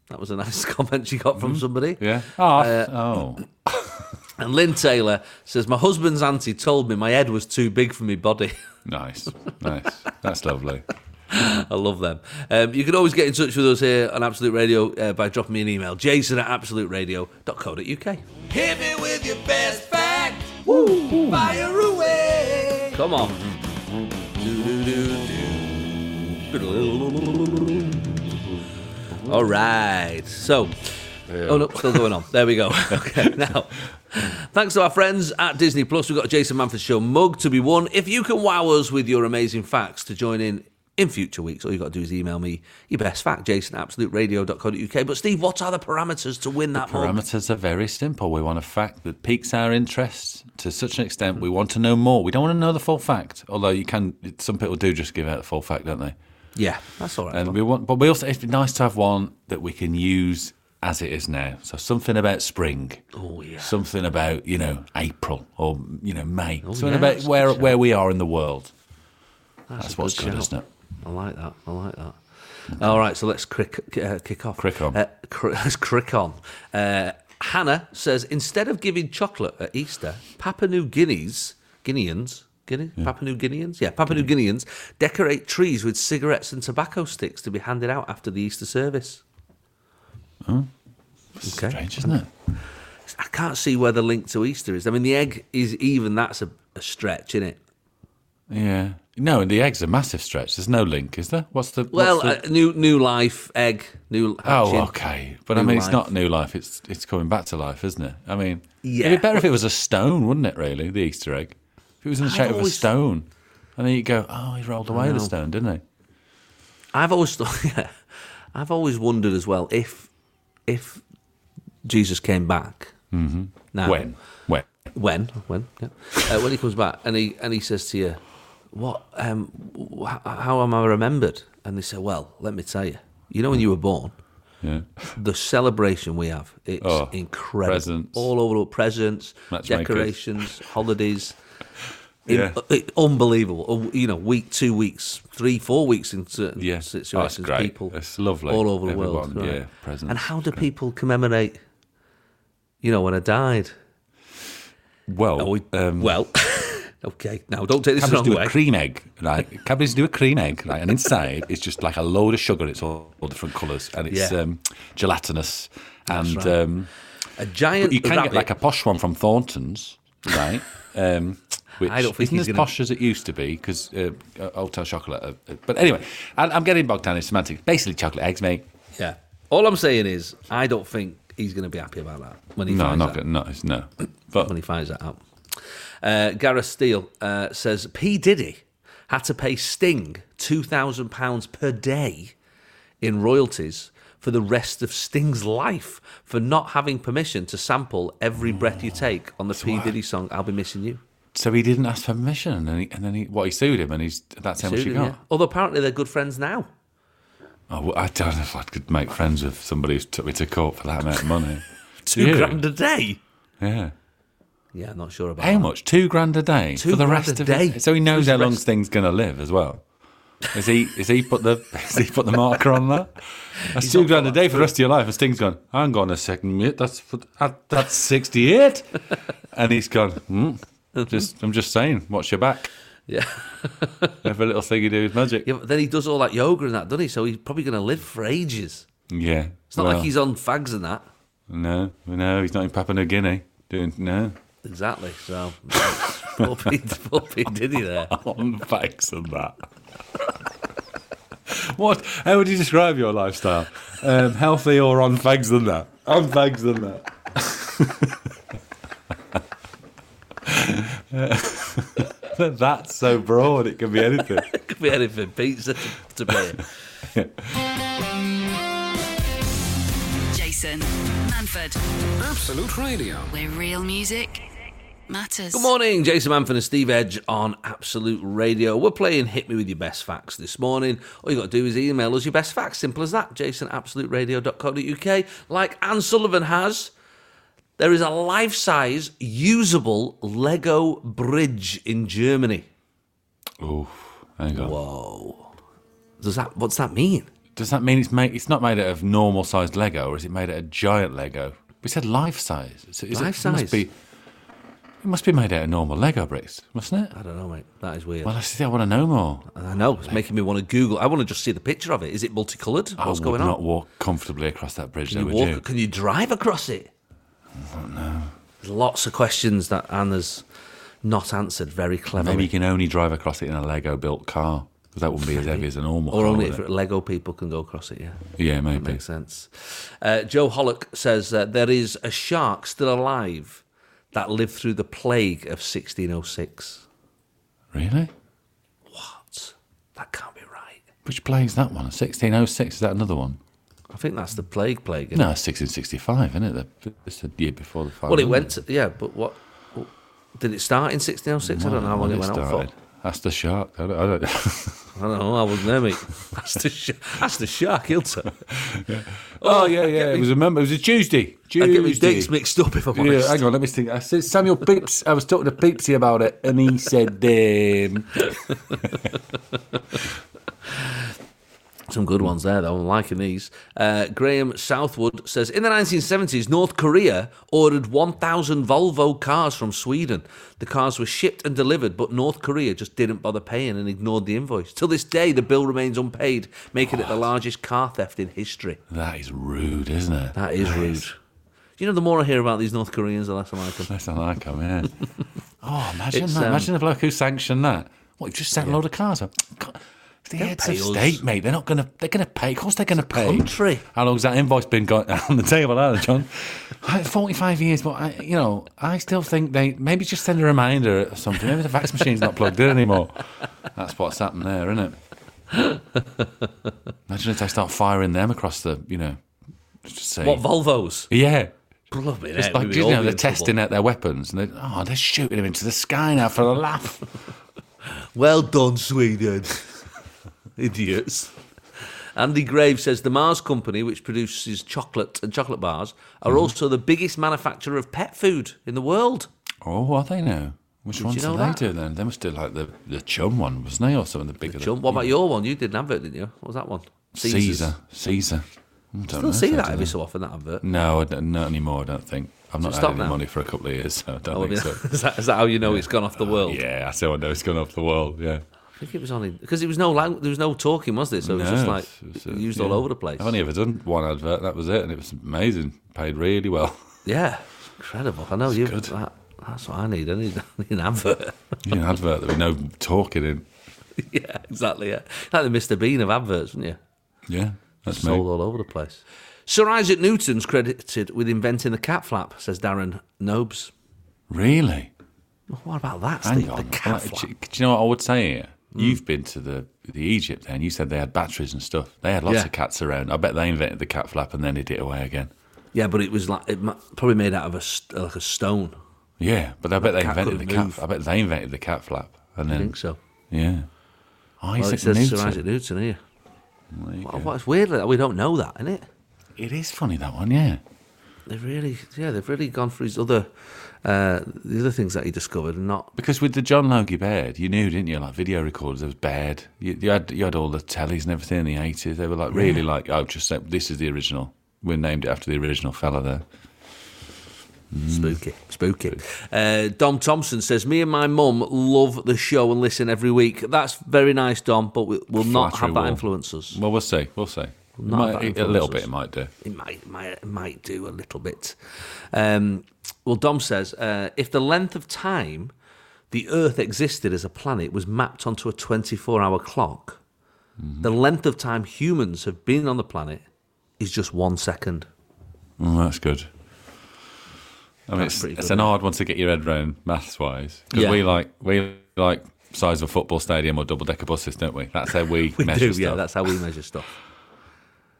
Speaker 3: That was a nice comment she got from somebody.
Speaker 4: Yeah. Oh,
Speaker 3: Uh,
Speaker 4: oh.
Speaker 3: And Lynn Taylor says, "My husband's auntie told me my head was too big for my body."
Speaker 4: Nice, nice. That's lovely.
Speaker 3: I love them. Um, you can always get in touch with us here on Absolute Radio uh, by dropping me an email, Jason at absoluteradio.co.uk.
Speaker 5: Hit me with your best fact. Fire away.
Speaker 3: Come on. All right. So, oh no, still going on. There we go. Okay, now. Thanks to our friends at Disney Plus, we've got a Jason Manford Show mug to be won. If you can wow us with your amazing facts to join in in future weeks, all you've got to do is email me your best fact, jason at absoluteradio.co.uk. But, Steve, what are the parameters to win that mug?
Speaker 4: Parameters are very simple. We want a fact that piques our interest to such an extent
Speaker 3: Mm-hmm.
Speaker 4: we want to know more. We don't want to know the full fact, although you can. Some people do just give out the full fact, don't they?
Speaker 3: Yeah, that's all right.
Speaker 4: And we want, but we also it'd be nice to have one that we can use as it is now. So something about spring.
Speaker 3: Oh, yeah.
Speaker 4: Something about you know April or you know May. something
Speaker 3: Oh, yeah,
Speaker 4: about
Speaker 3: that's a
Speaker 4: where
Speaker 3: good shout.
Speaker 4: where we are in the world. That's,
Speaker 3: a
Speaker 4: what's
Speaker 3: good
Speaker 4: good,
Speaker 3: shout.
Speaker 4: isn't it?
Speaker 3: I like that. I like that. All right, so let's crick, uh, kick off.
Speaker 4: Crick on.
Speaker 3: Uh, cr- let's crick on. Uh, Hannah says instead of giving chocolate at Easter, Papua New Guineas, Guineans, Guinea, Papua New Guineans, yeah, Papua New Guineans decorate trees with cigarettes and tobacco sticks to be handed out after the Easter service. Okay.
Speaker 4: Strange, isn't it?
Speaker 3: I can't see where the link to Easter is. I mean, the egg is even that's a, a stretch, isn't it?
Speaker 4: Yeah. No, and the egg's a massive stretch. There's no link, is there? What's the.
Speaker 3: Well,
Speaker 4: what's the...
Speaker 3: uh, new new life egg, new.
Speaker 4: Oh,
Speaker 3: hatching.
Speaker 4: okay. But I
Speaker 3: New
Speaker 4: mean, it's
Speaker 3: life.
Speaker 4: not new life. It's it's coming back to life, isn't it? I mean,
Speaker 3: Yeah.
Speaker 4: it'd be better if it was a stone, wouldn't it? Really, the Easter egg. If it was in the
Speaker 3: I've
Speaker 4: shape of a
Speaker 3: always-
Speaker 4: stone, and then you go, oh, he rolled away the
Speaker 3: know.
Speaker 4: stone, didn't he?
Speaker 3: I've always thought, yeah, I've always wondered as well if if Jesus came back. Mm-hmm. Now,
Speaker 4: When? When?
Speaker 3: when when yeah. uh, when he comes back and he and he says to you what um wh- how am i remembered and they say well let me tell you you know when you were born
Speaker 4: Yeah.
Speaker 3: the celebration we have it's
Speaker 4: Oh,
Speaker 3: incredible
Speaker 4: presents.
Speaker 3: all over presents
Speaker 4: Matchmakers.
Speaker 3: decorations holidays
Speaker 4: Yeah.
Speaker 3: In- it- unbelievable Un- you know week two weeks three four weeks in certain
Speaker 4: Yeah. Oh, that's
Speaker 3: situations
Speaker 4: great.
Speaker 3: people
Speaker 4: It's lovely.
Speaker 3: all over the world
Speaker 4: Everyone,
Speaker 3: right?
Speaker 4: yeah, presents.
Speaker 3: and how do people commemorate you know when i died
Speaker 4: Well,
Speaker 3: Oh, we-
Speaker 4: um,
Speaker 3: well, okay. Now, don't take this the
Speaker 4: Cabbages
Speaker 3: wrong
Speaker 4: do
Speaker 3: way.
Speaker 4: a cream egg, right? Cabbages do a cream egg, right? And inside it's just like a load of sugar. It's all, all different colours and it's
Speaker 3: Yeah.
Speaker 4: um, gelatinous. And
Speaker 3: right.
Speaker 4: um,
Speaker 3: a giant
Speaker 4: But you can
Speaker 3: rabbit.
Speaker 4: get like a posh one from Thornton's, right? Um, which
Speaker 3: I don't think
Speaker 4: isn't
Speaker 3: he's
Speaker 4: as
Speaker 3: gonna-
Speaker 4: posh as it used to be because uh, hotel chocolate. Uh, uh, but anyway, I, I'm getting bogged down in semantics. Basically, chocolate eggs, mate.
Speaker 3: yeah. All I'm saying is, I don't think he's going to be happy about that when he
Speaker 4: No,
Speaker 3: finds
Speaker 4: not
Speaker 3: that.
Speaker 4: good. No, it's no. But
Speaker 3: When he finds that out. Uh, Gareth Steele uh, says P Diddy had to pay Sting two thousand pounds per day in royalties for the rest of Sting's life for not having permission to sample every breath you take on the P Diddy song "I'll Be Missing You."
Speaker 4: so he didn't ask for permission, and then he, and then he what he sued him, and he's that's how much he
Speaker 3: Sued
Speaker 4: got.
Speaker 3: him, yeah. Although apparently they're good friends now.
Speaker 4: Oh, well, I don't know if I could make friends with somebody who took me to court for that amount of money.
Speaker 3: Two
Speaker 4: Yeah.
Speaker 3: grand a day.
Speaker 4: Yeah.
Speaker 3: Yeah, I'm not sure about
Speaker 4: How
Speaker 3: that.
Speaker 4: much? Two grand a day
Speaker 3: Two
Speaker 4: for the
Speaker 3: grand
Speaker 4: rest
Speaker 3: a
Speaker 4: of his-
Speaker 3: day.
Speaker 4: So he knows
Speaker 3: For
Speaker 4: how
Speaker 3: the
Speaker 4: long
Speaker 3: rest-
Speaker 4: Sting's going to live as well. Is he? Is he put the? Has he put the marker on that? That's two
Speaker 3: not
Speaker 4: grand a
Speaker 3: got
Speaker 4: day for the rest of your life. And Sting's gone. Hang on a second, mate. That's that, that's sixty-eight. and he's gone. Hmm. Just I'm just saying. Watch your back.
Speaker 3: Yeah.
Speaker 4: Every little thing you do is magic.
Speaker 3: Yeah, but then he does all that yoga and that, doesn't he? So he's probably going to live for ages.
Speaker 4: Yeah.
Speaker 3: It's not like he's on fags and that.
Speaker 4: No, no, he's not in Papua New Guinea doing no.
Speaker 3: Exactly. So poor P, poor P Diddy there.
Speaker 4: on facts and that. what? How would you describe your lifestyle? Um, healthy or on fags than that? On fags than that. Uh, That's so broad; it can be anything.
Speaker 3: Could be anything. Pizza to, to beer.
Speaker 1: Jason Manford,
Speaker 2: Absolute Radio.
Speaker 1: where real music matters.
Speaker 3: Good morning, Jason Manford and Steve Edge on Absolute Radio. We're playing Hit Me With Your Best Facts this morning. All you got to do is email us your best facts. Simple as that. Jason at absoluteradio.co.uk. Like Anne Sullivan has, there is a life size usable Lego bridge in Germany.
Speaker 4: Oof! Hang on. Oh.
Speaker 3: Whoa. Does that what's that mean?
Speaker 4: Does that mean it's made? It's not made out of normal sized Lego, or is it made out of giant Lego? We said life size. So is it-
Speaker 3: Life
Speaker 4: It
Speaker 3: size.
Speaker 4: must be. It must be made out of normal Lego bricks, mustn't it?
Speaker 3: I don't know, mate. That is weird.
Speaker 4: Well, I see. I want to know more.
Speaker 3: I know. It's making me want to Google. I want to just see the picture of it. Is it multicolored? What's
Speaker 4: I
Speaker 3: going
Speaker 4: would not
Speaker 3: on?
Speaker 4: walk comfortably across that bridge, though,
Speaker 3: Can you,
Speaker 4: would
Speaker 3: walk,
Speaker 4: you?
Speaker 3: can you drive across it? There's lots of questions that Anna's not answered very cleverly.
Speaker 4: Maybe you can only drive across it in a Lego-built car, because that wouldn't be as heavy as a normal
Speaker 3: or
Speaker 4: car.
Speaker 3: only
Speaker 4: would
Speaker 3: if
Speaker 4: it?
Speaker 3: Lego people can go across it, yeah.
Speaker 4: Yeah, maybe.
Speaker 3: Makes sense. Uh, Joe Hollock says uh, there is a shark still alive that lived through the plague of 1606.
Speaker 4: Really?
Speaker 3: What? That can't be right.
Speaker 4: Which plague's that one? 1606, is that another one?
Speaker 3: I think that's the plague plague. isn't it?
Speaker 4: No, it's 1665, isn't it? The- It's the year before the fire.
Speaker 3: Well, it went, to, yeah, but what? what- Did it start in 1606? I don't know how long it went on for. Oh,
Speaker 4: That's the shark. I don't, I don't...
Speaker 3: I don't know. I wasn't there, mate. That's the, sh- that's the shark, he'll tell.
Speaker 4: oh, yeah, yeah. It was a mem- It was a Tuesday.
Speaker 3: I
Speaker 4: Tuesday.
Speaker 3: get my dates mixed up if I'm
Speaker 4: Yeah,
Speaker 3: honest.
Speaker 4: hang on, let me think. I said Samuel Pepys. I was talking to Pepsi about it, and he said, um,
Speaker 3: Some good ones there, though. I'm liking these. Uh, Graham Southwood says In the 1970s, North Korea ordered 1,000 Volvo cars from Sweden. The cars were shipped and delivered, but North Korea just didn't bother paying and ignored the invoice. Till this day, the bill remains unpaid, making it the largest car theft in history.
Speaker 4: That is rude, isn't it?
Speaker 3: That is rude. You know, the more I hear about these North Koreans, the less I like them.
Speaker 4: That's not like him, yeah. oh, imagine
Speaker 3: It's,
Speaker 4: that.
Speaker 3: um,
Speaker 4: imagine the bloke who sanctioned that. What you've just sent a load of cars? out? God, it's the heads of
Speaker 3: pay us.
Speaker 4: state, mate. They're not gonna. They're gonna pay. Of course, they're gonna pay.
Speaker 3: country.
Speaker 4: How long's that invoice been going on the table, has it, John? Like Forty-five years, but I, you know, I still think they maybe just send a reminder or something. Maybe the fax machine's not plugged in anymore. That's what's happened there, isn't it? Imagine if they start firing them across the, you know, just say,
Speaker 3: What Volvos?
Speaker 4: yeah,
Speaker 3: Bloody
Speaker 4: it's
Speaker 3: heck,
Speaker 4: like
Speaker 3: we'd
Speaker 4: you
Speaker 3: all
Speaker 4: know
Speaker 3: be
Speaker 4: they're
Speaker 3: in trouble.
Speaker 4: testing out their weapons, and they oh they're shooting them into the sky now for a laugh.
Speaker 3: Well done, Sweden. Idiots. Andy Graves says the Mars Company, which produces chocolate and chocolate bars,
Speaker 4: Mm-hmm.
Speaker 3: are also the biggest manufacturer of pet food in the world.
Speaker 4: oh, are they now? Which ones
Speaker 3: you know
Speaker 4: do they
Speaker 3: that?
Speaker 4: do then? They must do like the the chum one, wasn't they, or something the bigger? The
Speaker 3: Chum, what about your one? You did an advert, didn't you? What was that one? Caesar's.
Speaker 4: Caesar? Caesar. I don't know
Speaker 3: Still
Speaker 4: if
Speaker 3: see
Speaker 4: I
Speaker 3: that
Speaker 4: do
Speaker 3: every so often, that advert.
Speaker 4: No, I don't- not anymore. I don't think. I've not
Speaker 3: it
Speaker 4: had
Speaker 3: stop
Speaker 4: any
Speaker 3: now?
Speaker 4: money for a couple of years, so I don't
Speaker 3: Oh,
Speaker 4: think
Speaker 3: yeah.
Speaker 4: so. Ah,
Speaker 3: is, that, is that how you know it's gone off the world?
Speaker 4: Yeah, I still know it's gone off the world. Yeah,
Speaker 3: I think it was on because it was no lang- there was no talking, was there? So it was just
Speaker 4: No,
Speaker 3: like
Speaker 4: it's- it's, uh,
Speaker 3: used all
Speaker 4: yeah.
Speaker 3: over the place.
Speaker 4: I've only ever done one advert. That was it, and it was amazing. Paid really well.
Speaker 3: Yeah, incredible. I know you.
Speaker 4: good.
Speaker 3: That, that's what I need. I need, I need an advert.
Speaker 4: You know, an advert that we no talking in.
Speaker 3: yeah, exactly. Yeah, like the Mr Bean of adverts, wouldn't you?
Speaker 4: Yeah, that's me.
Speaker 3: Sold all over the place. Sir Isaac Newton's credited with inventing the cat flap, says Darren Nobes.
Speaker 4: Really?
Speaker 3: Well, what about that,
Speaker 4: Hang
Speaker 3: Steve?
Speaker 4: on.
Speaker 3: The cat
Speaker 4: Like,
Speaker 3: flap.
Speaker 4: do, do you know what I would say here? You've been to the, the Egypt there and you said they had batteries and stuff. They had lots
Speaker 3: Yeah.
Speaker 4: of cats around. I bet they invented the cat flap and then did it away again.
Speaker 3: Yeah, but it was like it ma- probably made out of a st- like a stone.
Speaker 4: Yeah, but I bet they
Speaker 3: cat
Speaker 4: invented the
Speaker 3: couldn't
Speaker 4: cat.
Speaker 3: move.
Speaker 4: I bet they invented the cat flap and
Speaker 3: I
Speaker 4: then
Speaker 3: think so.
Speaker 4: yeah. Oh,
Speaker 3: Well,
Speaker 4: Isaac
Speaker 3: it says Sir
Speaker 4: Newton.
Speaker 3: Isaac Newton here.
Speaker 4: There you
Speaker 3: What,
Speaker 4: go.
Speaker 3: What's weird like that? We don't know that, innit?
Speaker 4: It is funny that one, yeah.
Speaker 3: They've really, yeah, they've really gone for his other, uh, the other things that he discovered, and not
Speaker 4: Because with the John Logie Baird, you knew, didn't you? Like video recorders, there was Baird. You, you had you had all the tellies and everything in the eighties. They were like really like, oh, just say, this is the original. We named it after the original fella there.
Speaker 3: Spooky, spooky. Uh, Dom Thompson says, "Me and my mum love the show and listen every week. That's very nice, Dom, but we, we'll not
Speaker 4: Flattery
Speaker 3: have that
Speaker 4: wall.
Speaker 3: influence us.
Speaker 4: Well, we'll see. We'll see.
Speaker 3: Not
Speaker 4: Might-
Speaker 3: that
Speaker 4: a little
Speaker 3: influences.
Speaker 4: bit, it might do.
Speaker 3: It might, might, might do a little bit." Um, well, Dom says, uh, "If the length of time the Earth existed as a planet was mapped onto a 24-hour clock, the length of time humans have been on the planet is just one second.
Speaker 4: Mm, that's good. I mean, it's,
Speaker 3: pretty
Speaker 4: it's
Speaker 3: good,
Speaker 4: an hard one to get your head round maths wise because
Speaker 3: Yeah.
Speaker 4: we like we like size of a football stadium or double decker buses, don't we? That's how we,
Speaker 3: We
Speaker 4: measure
Speaker 3: do,
Speaker 4: stuff.
Speaker 3: yeah. That's how we measure stuff.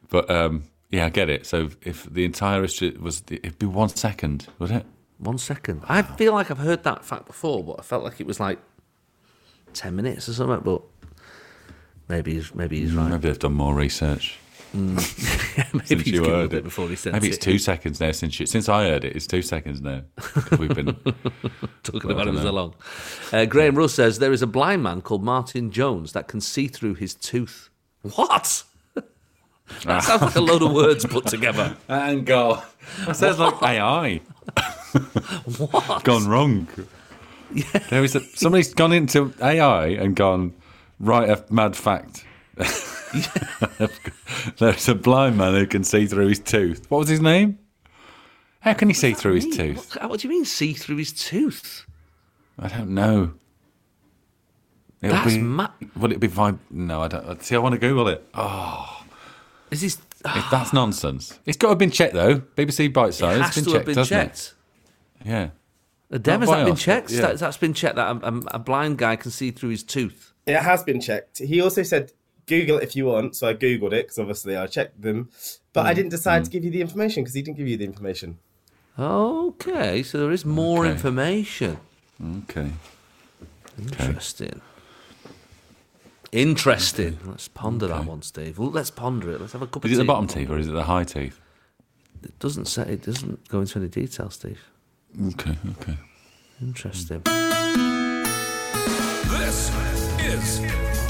Speaker 4: But um, yeah, I get it. So if the entire history was, it'd be one second, would it?
Speaker 3: One second. I feel like I've heard that fact before, but I felt like it was like ten minutes or something. But maybe he's maybe he's right.
Speaker 4: Maybe they've done more research.
Speaker 3: maybe
Speaker 4: since
Speaker 3: he's
Speaker 4: you
Speaker 3: given a
Speaker 4: heard
Speaker 3: bit
Speaker 4: it.
Speaker 3: before he sent
Speaker 4: Maybe it's
Speaker 3: it.
Speaker 4: two seconds now since you, since I heard it. It's two seconds now. 'Cause We've been
Speaker 3: talking
Speaker 4: well, I
Speaker 3: about him
Speaker 4: dunno.
Speaker 3: so long. Uh, Graham Russ says there is a blind man called Martin Jones that can see through his tooth. What? that sounds like a load of words put together.
Speaker 4: and go. That sounds like AI.
Speaker 3: What?
Speaker 4: gone wrong. There is a, somebody's gone into AI and gone write a mad fact. There's a blind man who can see through his tooth. What was his name? How can he see through his
Speaker 3: Hey,
Speaker 4: tooth?
Speaker 3: What, what do you mean see through his tooth?
Speaker 4: I don't know. It'll
Speaker 3: That's
Speaker 4: be,
Speaker 3: ma-
Speaker 4: Will it be vib? No, I don't. See, I want to Google it.
Speaker 3: Ah.
Speaker 4: Oh,
Speaker 3: Is his
Speaker 4: if that's nonsense. It's got to have been checked though. BBC Bite Size
Speaker 3: has
Speaker 4: been
Speaker 3: to
Speaker 4: checked,
Speaker 3: have been
Speaker 4: hasn't
Speaker 3: checked?
Speaker 4: it? Yeah.
Speaker 3: Dem, has
Speaker 4: Not
Speaker 3: that
Speaker 4: by
Speaker 3: been
Speaker 4: us, but
Speaker 3: checked?
Speaker 4: yeah.
Speaker 3: That, that's been checked. That a, a, a blind guy can see through his tooth.
Speaker 6: It has been checked. He also said, Google it if you want. So I Googled it because obviously I checked them. But I didn't decide to give you the information because he didn't give you the information.
Speaker 3: Okay, so there is more
Speaker 4: Okay.
Speaker 3: information.
Speaker 4: Okay.
Speaker 3: Interesting. Interesting. Let's ponder that one, Steve. Well, let's ponder it. Let's have a cup of
Speaker 4: Is it the
Speaker 3: tea.
Speaker 4: bottom teeth or is it the high teeth?
Speaker 3: It doesn't say. It doesn't go into any detail, Steve.
Speaker 4: Okay. Okay.
Speaker 3: Interesting.
Speaker 4: Hmm.
Speaker 2: This is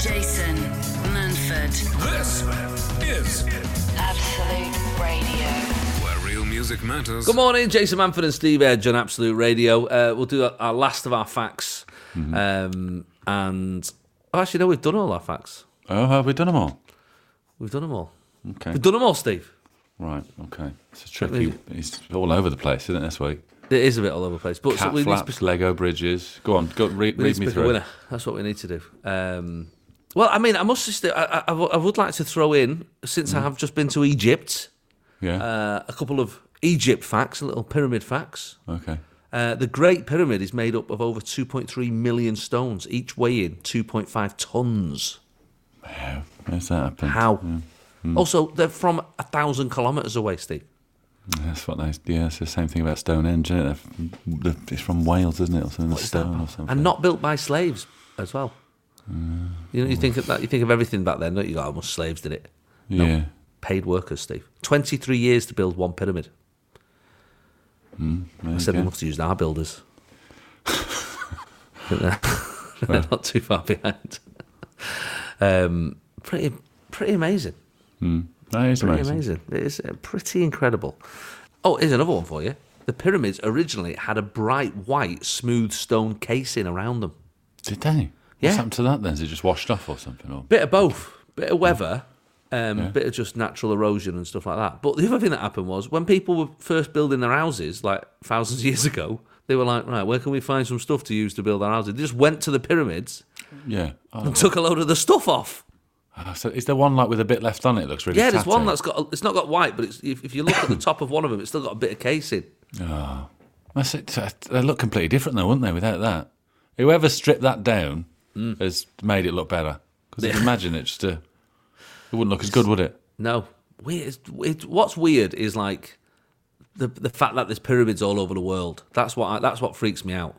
Speaker 1: Jason Manford,
Speaker 2: this is
Speaker 1: Absolute Radio.
Speaker 2: where real music matters.
Speaker 3: Good morning, Jason Manford and Steve Edge on Absolute Radio. Uh, we'll do our last of our facts,
Speaker 4: Mm-hmm.
Speaker 3: um, and oh, actually, no, we've done all our facts.
Speaker 4: Oh, have we done them all?
Speaker 3: We've done them all.
Speaker 4: Okay.
Speaker 3: We've done them all, Steve.
Speaker 4: Right. Okay. It's a tricky. It's all over the place, isn't it? This week.
Speaker 3: It is a bit all over the place, but so
Speaker 4: Cat
Speaker 3: we need to be
Speaker 4: flaps, Lego bridges. Go on, go read,
Speaker 3: We need
Speaker 4: read
Speaker 3: to
Speaker 4: me
Speaker 3: pick
Speaker 4: through.
Speaker 3: a winner. That's what we need to do. Um, well, I mean, I must just. I, I, I would- I would like to throw in, since
Speaker 4: Mm.
Speaker 3: I have just been to Egypt,
Speaker 4: Yeah.
Speaker 3: uh, a couple of Egypt facts, little pyramid facts.
Speaker 4: okay.
Speaker 3: Uh, the Great Pyramid is made up of over 2.3 million stones, each weighing 2.5 tons.
Speaker 4: How's that happen?
Speaker 3: How?
Speaker 4: Mm.
Speaker 3: Also, they're from a thousand kilometers away, Steve.
Speaker 4: That's what they. Yeah, it's the same thing about Stonehenge. Isn't it? They're f- the- It's from Wales, isn't it? Or something. The stone or something. Mm.
Speaker 3: and not built by slaves as well. You know, you think of that. You think of everything back then. Don't you? Like, how much slaves did it?
Speaker 4: yeah.
Speaker 3: Paid workers, Steve. Twenty-three years to build one pyramid.
Speaker 4: there
Speaker 3: I
Speaker 4: you
Speaker 3: said they
Speaker 4: go.
Speaker 3: must have used our builders. But they're, they're not too far behind. Um, pretty, pretty amazing.
Speaker 4: That is
Speaker 3: Pretty
Speaker 4: amazing.
Speaker 3: amazing. It is uh, pretty incredible. Oh, here's another one for you. The pyramids originally had a bright white, smooth stone casing around them.
Speaker 4: Did they?
Speaker 3: Yeah.
Speaker 4: What's happened to that then? Is it just washed off or something? Or
Speaker 3: Bit of both. Bit of weather, um, bit of just natural erosion and stuff like that. But the other thing that happened was when people were first building their houses, like thousands of years ago, they were like, right, where can we find some stuff to use to build our houses? They just went to the pyramids
Speaker 4: yeah. Oh,
Speaker 3: and took a load of the stuff off.
Speaker 4: so is there one like with a bit left on it? It looks really.
Speaker 3: Yeah, there's one
Speaker 4: tatty?
Speaker 3: that's got, it's not got white, but it's, if, if you look at the top of one of them, it's still got a bit of casing.
Speaker 4: That's it. So They look completely different though, wouldn't they? Without that, whoever stripped that down
Speaker 3: Mm.
Speaker 4: has made it look better. Because imagine it just, uh, it wouldn't look as good, would it?
Speaker 3: No, weird. it's- It, what's weird is like the the fact that there's pyramids all over the world. That's what I, that's what freaks me out.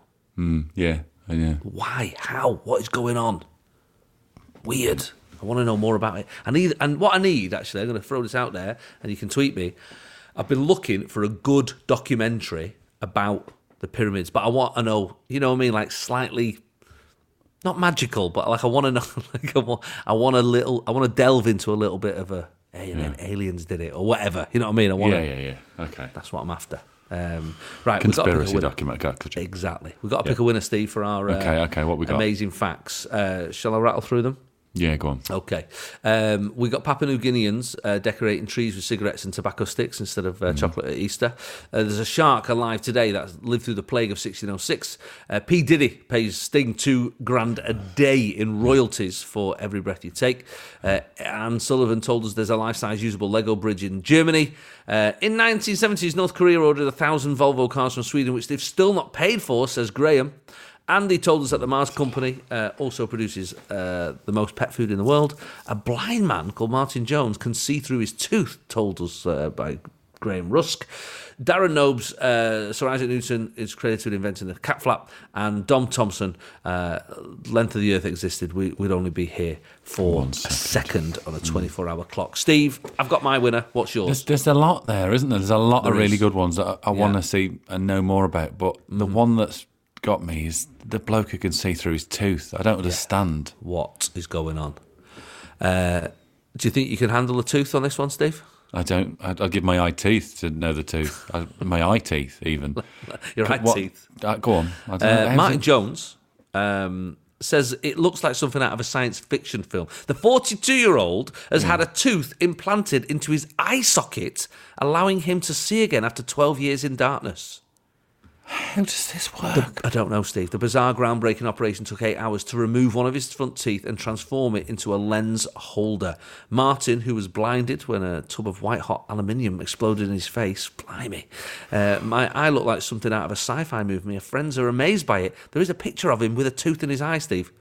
Speaker 4: Yeah, Oh, yeah.
Speaker 3: Why? How? What is going on? Weird. I want to know more about it. I need and what I need actually. I'm going to throw this out there, and you can tweet me. I've been looking for a good documentary about the pyramids, but I want to know. You know what I mean? Like slightly. Not magical, but like I want to know, like I want, I want a little, I want to delve into a little bit of a, hey, and then aliens did it or whatever. You know what I mean? I want
Speaker 4: Hmm. Yeah,
Speaker 3: to,
Speaker 4: yeah, yeah. Okay.
Speaker 3: that's what I'm after. Um, right, we've got to pick a
Speaker 4: Conspiracy
Speaker 3: winner.
Speaker 4: document. Okay, could you-
Speaker 3: Exactly. We've got to pick a winner, Steve, for our uh,
Speaker 4: Okay, okay, what we got?
Speaker 3: amazing facts. Uh, shall I rattle through them?
Speaker 4: Yeah, go on.
Speaker 3: Okay. Um, we got Papua New Guineans uh, decorating trees with cigarettes and tobacco sticks instead of uh, chocolate at Easter. Uh, there's a shark alive today that's lived through the plague of 1606. Uh, P. Diddy pays Sting two grand a day in royalties for every breath you take. Uh, Anne Sullivan told us there's a life size usable Lego bridge in Germany. Uh, in 1970s, North Korea ordered a thousand Volvo cars from Sweden, which they've still not paid for, says Graham. Andy told us that the Mars Company uh, also produces uh, the most pet food in the world. A blind man called Martin Jones can see through his tooth, told us uh, by Graham Rusk. Darren Nobes, uh, Sir Isaac Newton is credited with inventing the cat flap, and Dom Thompson, uh, length of the earth existed, we, we'd only be here for a second on a 24 hour clock. Steve, I've got my winner. What's yours?
Speaker 4: There's, there's a lot there, isn't there? There's a lot of
Speaker 3: There
Speaker 4: really
Speaker 3: is. Mm.
Speaker 4: good ones that I, I want to see and know more about. But the one that's got me is the bloke who can see through his tooth. I don't understand.
Speaker 3: What is going on? Uh, do you think you can handle a tooth on this one, Steve?
Speaker 4: I don't. I'd, I'd give my eye teeth to know the tooth. I, my eye teeth, even.
Speaker 3: Your eye
Speaker 4: What-
Speaker 3: teeth.
Speaker 4: Uh, go on. I don't know.
Speaker 3: Uh,
Speaker 4: How's
Speaker 3: Martin
Speaker 4: it-
Speaker 3: Jones um, says it looks like something out of a science fiction film. The 42 year old has had a tooth implanted into his eye socket, allowing him to see again after 12 years in darkness.
Speaker 4: How does this work?
Speaker 3: I don't know, Steve. The bizarre groundbreaking operation took eight hours to remove one of his front teeth and transform it into a lens holder. Martin, who was blinded when a tub of white hot aluminium exploded in his face, blimey. Uh, my eye looked like something out of a sci fi movie. My friends are amazed by it. There is a picture of him with a tooth in his eye, Steve.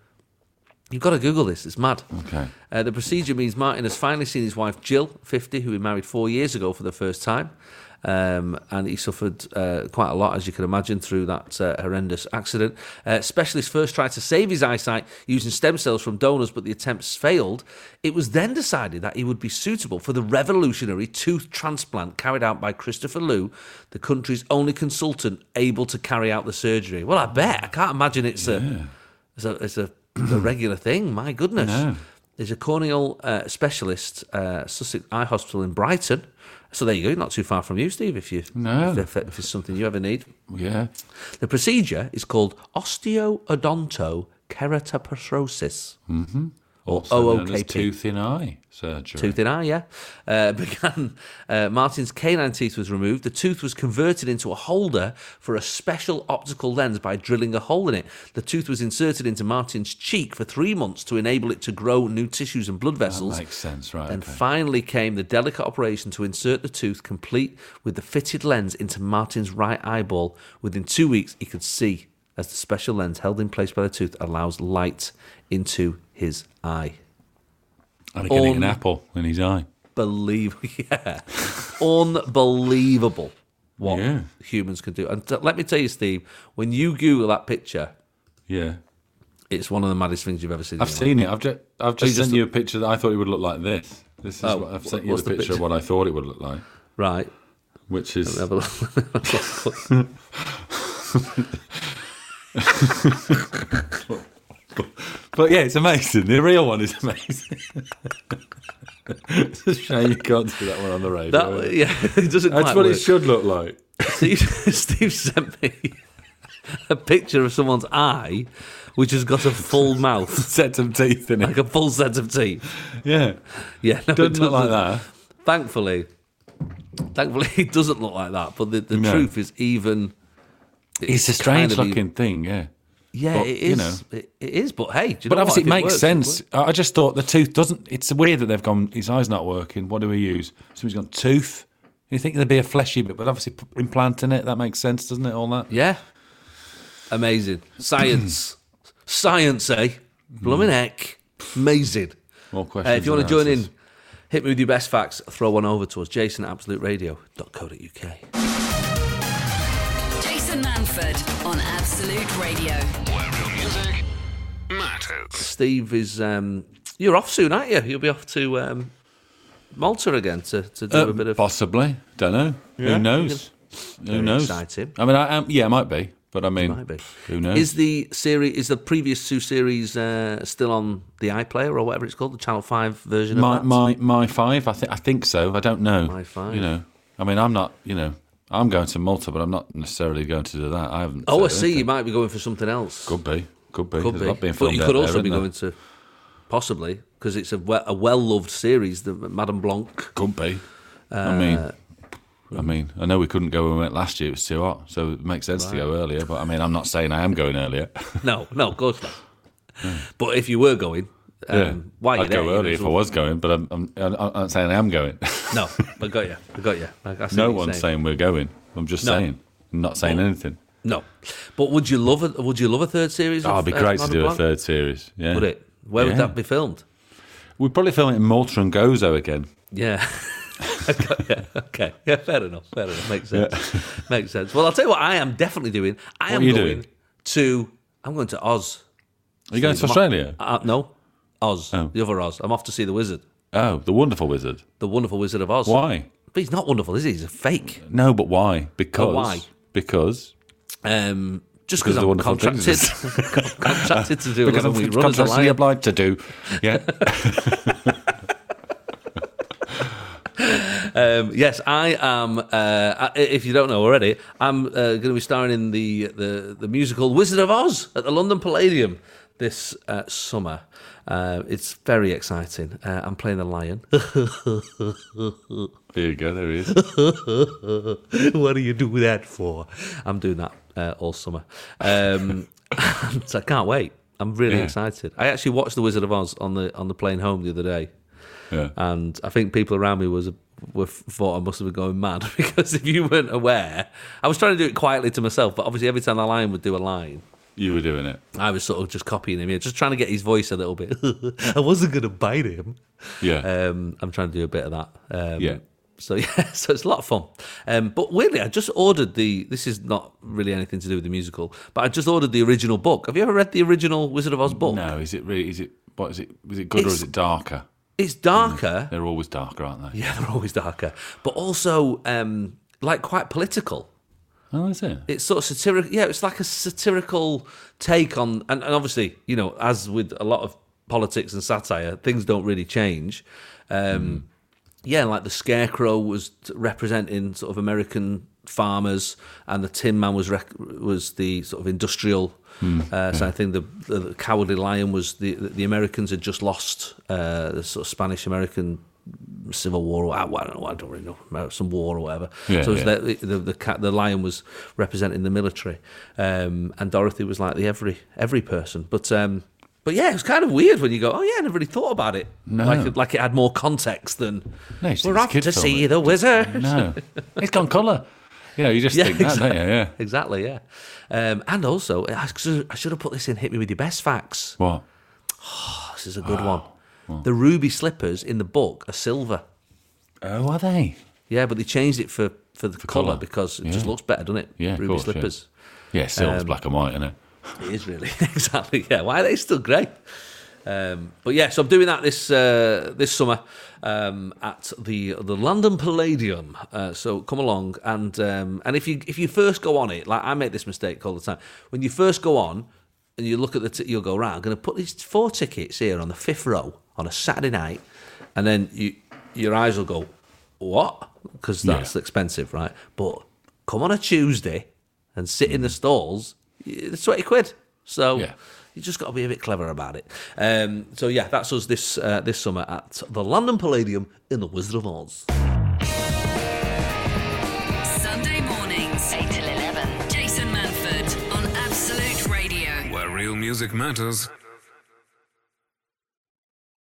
Speaker 3: You've got to Google this. It's mad.
Speaker 4: Okay.
Speaker 3: Uh, the procedure means Martin has finally seen his wife Jill, 50, who he married four years ago for the first time. Um, and he suffered uh, quite a lot, as you can imagine, through that uh, horrendous accident. Uh, specialists first tried to save his eyesight using stem cells from donors, but the attempts failed. It was then decided that he would be suitable for the revolutionary tooth transplant carried out by Christopher Liu, the country's only consultant able to carry out the surgery. Well, I bet. I can't imagine it's a it's a, it's a, a regular thing. My goodness. There's a corneal uh, specialist, uh, Sussex Eye Hospital in Brighton. So there you go, not too far from you, Steve, if you
Speaker 4: No.
Speaker 3: if, if it's something you ever need.
Speaker 4: Yeah.
Speaker 3: The procedure is called osteoodontokeratoprosis. or
Speaker 4: Also known as
Speaker 3: OOKP.
Speaker 4: tooth in eye surgery.
Speaker 3: Tooth in eye, yeah. Uh, began. Uh, Martin's canine teeth was removed. The tooth was converted into a holder for a special optical lens by drilling a hole in it. The tooth was inserted into Martin's cheek for three months to enable it to grow new tissues and blood vessels.
Speaker 4: Makes sense, right?
Speaker 3: And
Speaker 4: okay.
Speaker 3: finally came the delicate operation to insert the tooth complete with the fitted lens into Martin's right eyeball. Within two weeks, he could see as the special lens held in place by the tooth allows light into his eye.
Speaker 4: and again,
Speaker 3: on-
Speaker 4: an apple in his eye.
Speaker 3: Unbelievable. Yeah. Unbelievable what
Speaker 4: Yeah.
Speaker 3: humans can do. And t- let me tell you, Steve, when you Google that picture,
Speaker 4: Yeah.
Speaker 3: it's one of the maddest things you've ever seen. in
Speaker 4: I've
Speaker 3: your
Speaker 4: seen it. I've just, I've just
Speaker 3: just
Speaker 4: sent you a picture that I thought it would look like this. This is
Speaker 3: Oh,
Speaker 4: what I've
Speaker 3: wh-
Speaker 4: sent you
Speaker 3: what's
Speaker 4: the
Speaker 3: the
Speaker 4: picture of
Speaker 3: picture?
Speaker 4: what I thought it would look like,
Speaker 3: life. Right.
Speaker 4: which is
Speaker 3: Have a look.
Speaker 4: But yeah, it's amazing. The real one is amazing. it's a shame you can't do that one on the radio. isn't
Speaker 3: that,
Speaker 4: it?
Speaker 3: yeah, it doesn't
Speaker 4: That's
Speaker 3: quite
Speaker 4: what
Speaker 3: work.
Speaker 4: it should look like.
Speaker 3: Steve, Steve sent me a picture of someone's eye, which has got a full mouth,
Speaker 4: Set some teeth in
Speaker 3: like
Speaker 4: it.
Speaker 3: a full set of teeth.
Speaker 4: Yeah.
Speaker 3: Yeah, no, it
Speaker 4: Doesn't look like
Speaker 3: doesn't.
Speaker 4: that.
Speaker 3: Thankfully, thankfully, it doesn't look like that. But the, the
Speaker 4: No.
Speaker 3: truth is, even
Speaker 4: It's a
Speaker 3: kind
Speaker 4: strange
Speaker 3: of
Speaker 4: looking thing, yeah.
Speaker 3: yeah,
Speaker 4: But,
Speaker 3: it is.
Speaker 4: you know.
Speaker 3: it, it is. But hey, do you know
Speaker 4: But
Speaker 3: what?
Speaker 4: obviously,
Speaker 3: If
Speaker 4: it makes
Speaker 3: works,
Speaker 4: sense.
Speaker 3: works.
Speaker 4: I I just thought the tooth doesn't. It's weird that they've gone. His eye's not working. What do we use? Somebody's gone tooth. You think there'd be a fleshy bit, but obviously p- implanting it that makes sense, doesn't it? All that.
Speaker 3: Yeah, amazing science, science, eh? Blooming heck, amazing.
Speaker 4: More
Speaker 3: Uh,
Speaker 4: Mm. questions.
Speaker 3: if you want
Speaker 4: than
Speaker 3: to join in,
Speaker 4: answers.
Speaker 3: hit me with your best facts. Throw one over to us, Jason at absoluteradio.co.uk.
Speaker 1: Jason Manford on Absolute Radio.
Speaker 2: Where real music matters.
Speaker 3: Steve is um, you're off soon, aren't you? You'll be off to um, Malta again to, to do a
Speaker 4: Uh,
Speaker 3: bit of
Speaker 4: possibly. Don't know. Who knows? Who
Speaker 3: Very
Speaker 4: knows?
Speaker 3: exciting.
Speaker 4: I mean, I am. Yeah, it might be. But I mean,
Speaker 3: might be.
Speaker 4: who knows?
Speaker 3: Is the series is the previous two series uh, still on the iPlayer or whatever it's called, the Channel Five version
Speaker 4: my
Speaker 3: of that?
Speaker 4: my my five? I think I think so. I don't know.
Speaker 3: My five.
Speaker 4: You know. I mean, I'm not. You know, I'm going to Malta, but I'm not necessarily going to do that. I haven't.
Speaker 3: oh, I
Speaker 4: said
Speaker 3: see. You
Speaker 4: anything.
Speaker 3: might be going for something else.
Speaker 4: Could be. Could be.
Speaker 3: Could
Speaker 4: There's
Speaker 3: be,
Speaker 4: a lot being
Speaker 3: but
Speaker 4: filmed
Speaker 3: you
Speaker 4: out
Speaker 3: could
Speaker 4: there,
Speaker 3: also be
Speaker 4: isn't there?
Speaker 3: going to possibly because it's a, we- a well-loved series, the Madame Blanc.
Speaker 4: Could be.
Speaker 3: Uh,
Speaker 4: I mean. I mean, I know we couldn't go when we went last year. It was too hot, so it makes sense to go earlier. But I mean, I'm not saying I am going earlier.
Speaker 3: No, no, of course not. But if you were going, um,
Speaker 4: Yeah.
Speaker 3: why you
Speaker 4: I'd go
Speaker 3: there, you
Speaker 4: early
Speaker 3: may as
Speaker 4: if I
Speaker 3: well-
Speaker 4: was going, but I'm, I'm, I'm not saying I am going.
Speaker 3: No, I got you. I got you. Like, I see
Speaker 4: no
Speaker 3: what you're
Speaker 4: one's saying. we're going. I'm just
Speaker 3: No.
Speaker 4: saying. I'm not saying anything.
Speaker 3: No, but would you love it? Would you love a third series?
Speaker 4: Oh,
Speaker 3: of,
Speaker 4: it'd be
Speaker 3: uh,
Speaker 4: great to
Speaker 3: Madame
Speaker 4: do a
Speaker 3: Blanc?
Speaker 4: third series. Yeah.
Speaker 3: Would it? Where would
Speaker 4: Yeah.
Speaker 3: that be filmed?
Speaker 4: We'd probably film it in Malta and Gozo again.
Speaker 3: Yeah. okay. okay. Yeah. Fair enough. Fair enough. Makes sense. Makes sense. Well, I'll tell you what. I am definitely doing. I am
Speaker 4: are you
Speaker 3: going
Speaker 4: doing?
Speaker 3: to. I'm going to Oz.
Speaker 4: Are you going to Australia?
Speaker 3: Uh, no, Oz.
Speaker 4: Oh.
Speaker 3: The other Oz. I'm off to see the Wizard,
Speaker 4: Oh, the Wonderful Wizard.
Speaker 3: the Wonderful Wizard of Oz.
Speaker 4: Why?
Speaker 3: But he's not wonderful, is he? He's a fake.
Speaker 4: No, but why? Because.
Speaker 3: why?
Speaker 4: Because.
Speaker 3: Um, just because
Speaker 4: 'Cause the
Speaker 3: I'm
Speaker 4: wonderful thing
Speaker 3: contracted,
Speaker 4: is-
Speaker 3: contracted to do
Speaker 4: Because
Speaker 3: 11
Speaker 4: I'm
Speaker 3: week run as a
Speaker 4: contractually
Speaker 3: lion.
Speaker 4: obliged to do. Yeah.
Speaker 3: Um, yes, I am. Uh, I- if you don't know already, I'm uh, going to be starring in the, the the musical Wizard of Oz at the London Palladium this uh, summer. Uh, it's very exciting. Uh, I'm playing the lion.
Speaker 4: there you go. There he is.
Speaker 3: what do you do that for? I'm doing that uh, all summer. Um, so I can't wait. I'm really
Speaker 4: Yeah.
Speaker 3: excited. I actually watched the Wizard of Oz on the on the plane home the other day.
Speaker 4: Yeah.
Speaker 3: and I think people around me was were thought I must have been going mad because if you weren't aware, I was trying to do it quietly to myself, but obviously every time the lion would do a line,
Speaker 4: You were doing it.
Speaker 3: I was sort of just copying him, yeah, just trying to get his voice a little bit. I wasn't going to bite him.
Speaker 4: Yeah.
Speaker 3: Um, I'm trying to do a bit of that. Um,
Speaker 4: Yeah.
Speaker 3: So yeah, so it's a lot of fun. Um, but weirdly, I just ordered the. This is not really anything to do with the musical, but I just ordered the original book. Have you ever read the original Wizard of Oz book?
Speaker 4: no, is it really? Is it? What is it? Was it good or
Speaker 3: It's-
Speaker 4: is it darker?
Speaker 3: It's darker.
Speaker 4: They're always darker, aren't they?
Speaker 3: Yeah, they're always darker, but also um, like quite political.
Speaker 4: Oh, is it?
Speaker 3: it's sort of satirical. Yeah, it's like a satirical take on, and, and obviously, you know,
Speaker 4: Hmm.
Speaker 3: as with a lot of politics and satire, things don't really change. Um, yeah, like the scarecrow was t- representing sort of American farmers, and the Tin Man was rec- was the sort of industrial
Speaker 4: Hmm,
Speaker 3: uh, side of thing. The, the, the cowardly lion was the the Americans had just lost uh, the sort of Spanish American civil war or I, I don't know I don't really know Amer- some war or whatever.
Speaker 4: Yeah,
Speaker 3: so it was
Speaker 4: yeah.
Speaker 3: the, the the cat the lion was representing the military, um, and Dorothy was like the every every person, but. Um, but yeah, it was kind of weird when you go, oh yeah, I never really thought about it.
Speaker 4: No.
Speaker 3: Like, it- like it had more context than
Speaker 4: No, you just
Speaker 3: we're
Speaker 4: think it's
Speaker 3: off
Speaker 4: kid
Speaker 3: to
Speaker 4: film,
Speaker 3: see
Speaker 4: it-
Speaker 3: the wizard.
Speaker 4: No, it's gone colour. You know, you just think that, don't you? Yeah.
Speaker 3: exactly, yeah. Um, and also, I should, I should have put this in Hit Me With Your Best Facts. Oh,
Speaker 4: What?
Speaker 3: This is a
Speaker 4: Ah,
Speaker 3: good one. The ruby slippers in the book are silver.
Speaker 4: Oh, are they?
Speaker 3: Yeah, but they changed it for, for the colour
Speaker 4: colour.
Speaker 3: because it just
Speaker 4: Yeah.
Speaker 3: looks better, doesn't it?
Speaker 4: Yeah, of
Speaker 3: ruby
Speaker 4: course, yeah.
Speaker 3: slippers.
Speaker 4: Yeah, silver's black and white, isn't it?
Speaker 3: It is really exactly yeah. Why are they still great? Um, but yeah, so I'm doing that this uh, this summer um, at the the London Palladium. Uh, so come along and um, and if you if you first go on it, like I make this mistake all the time. When you first go on and you look at the t- you'll go right. I'm going to put these four tickets here on the fifth row on a Saturday night, and then you your eyes will go what because
Speaker 4: Yeah.
Speaker 3: that's expensive, right? But come on a Tuesday and sit in the stalls, it's 20 quid. So
Speaker 4: Yeah.
Speaker 3: you just got to be a bit clever about it. Um, so yeah, that's us this uh, this summer at the London Palladium in the Wizard of Oz.
Speaker 1: Sunday mornings, 8 till 11. Jason Manford on Absolute Radio.
Speaker 2: Where real music matters.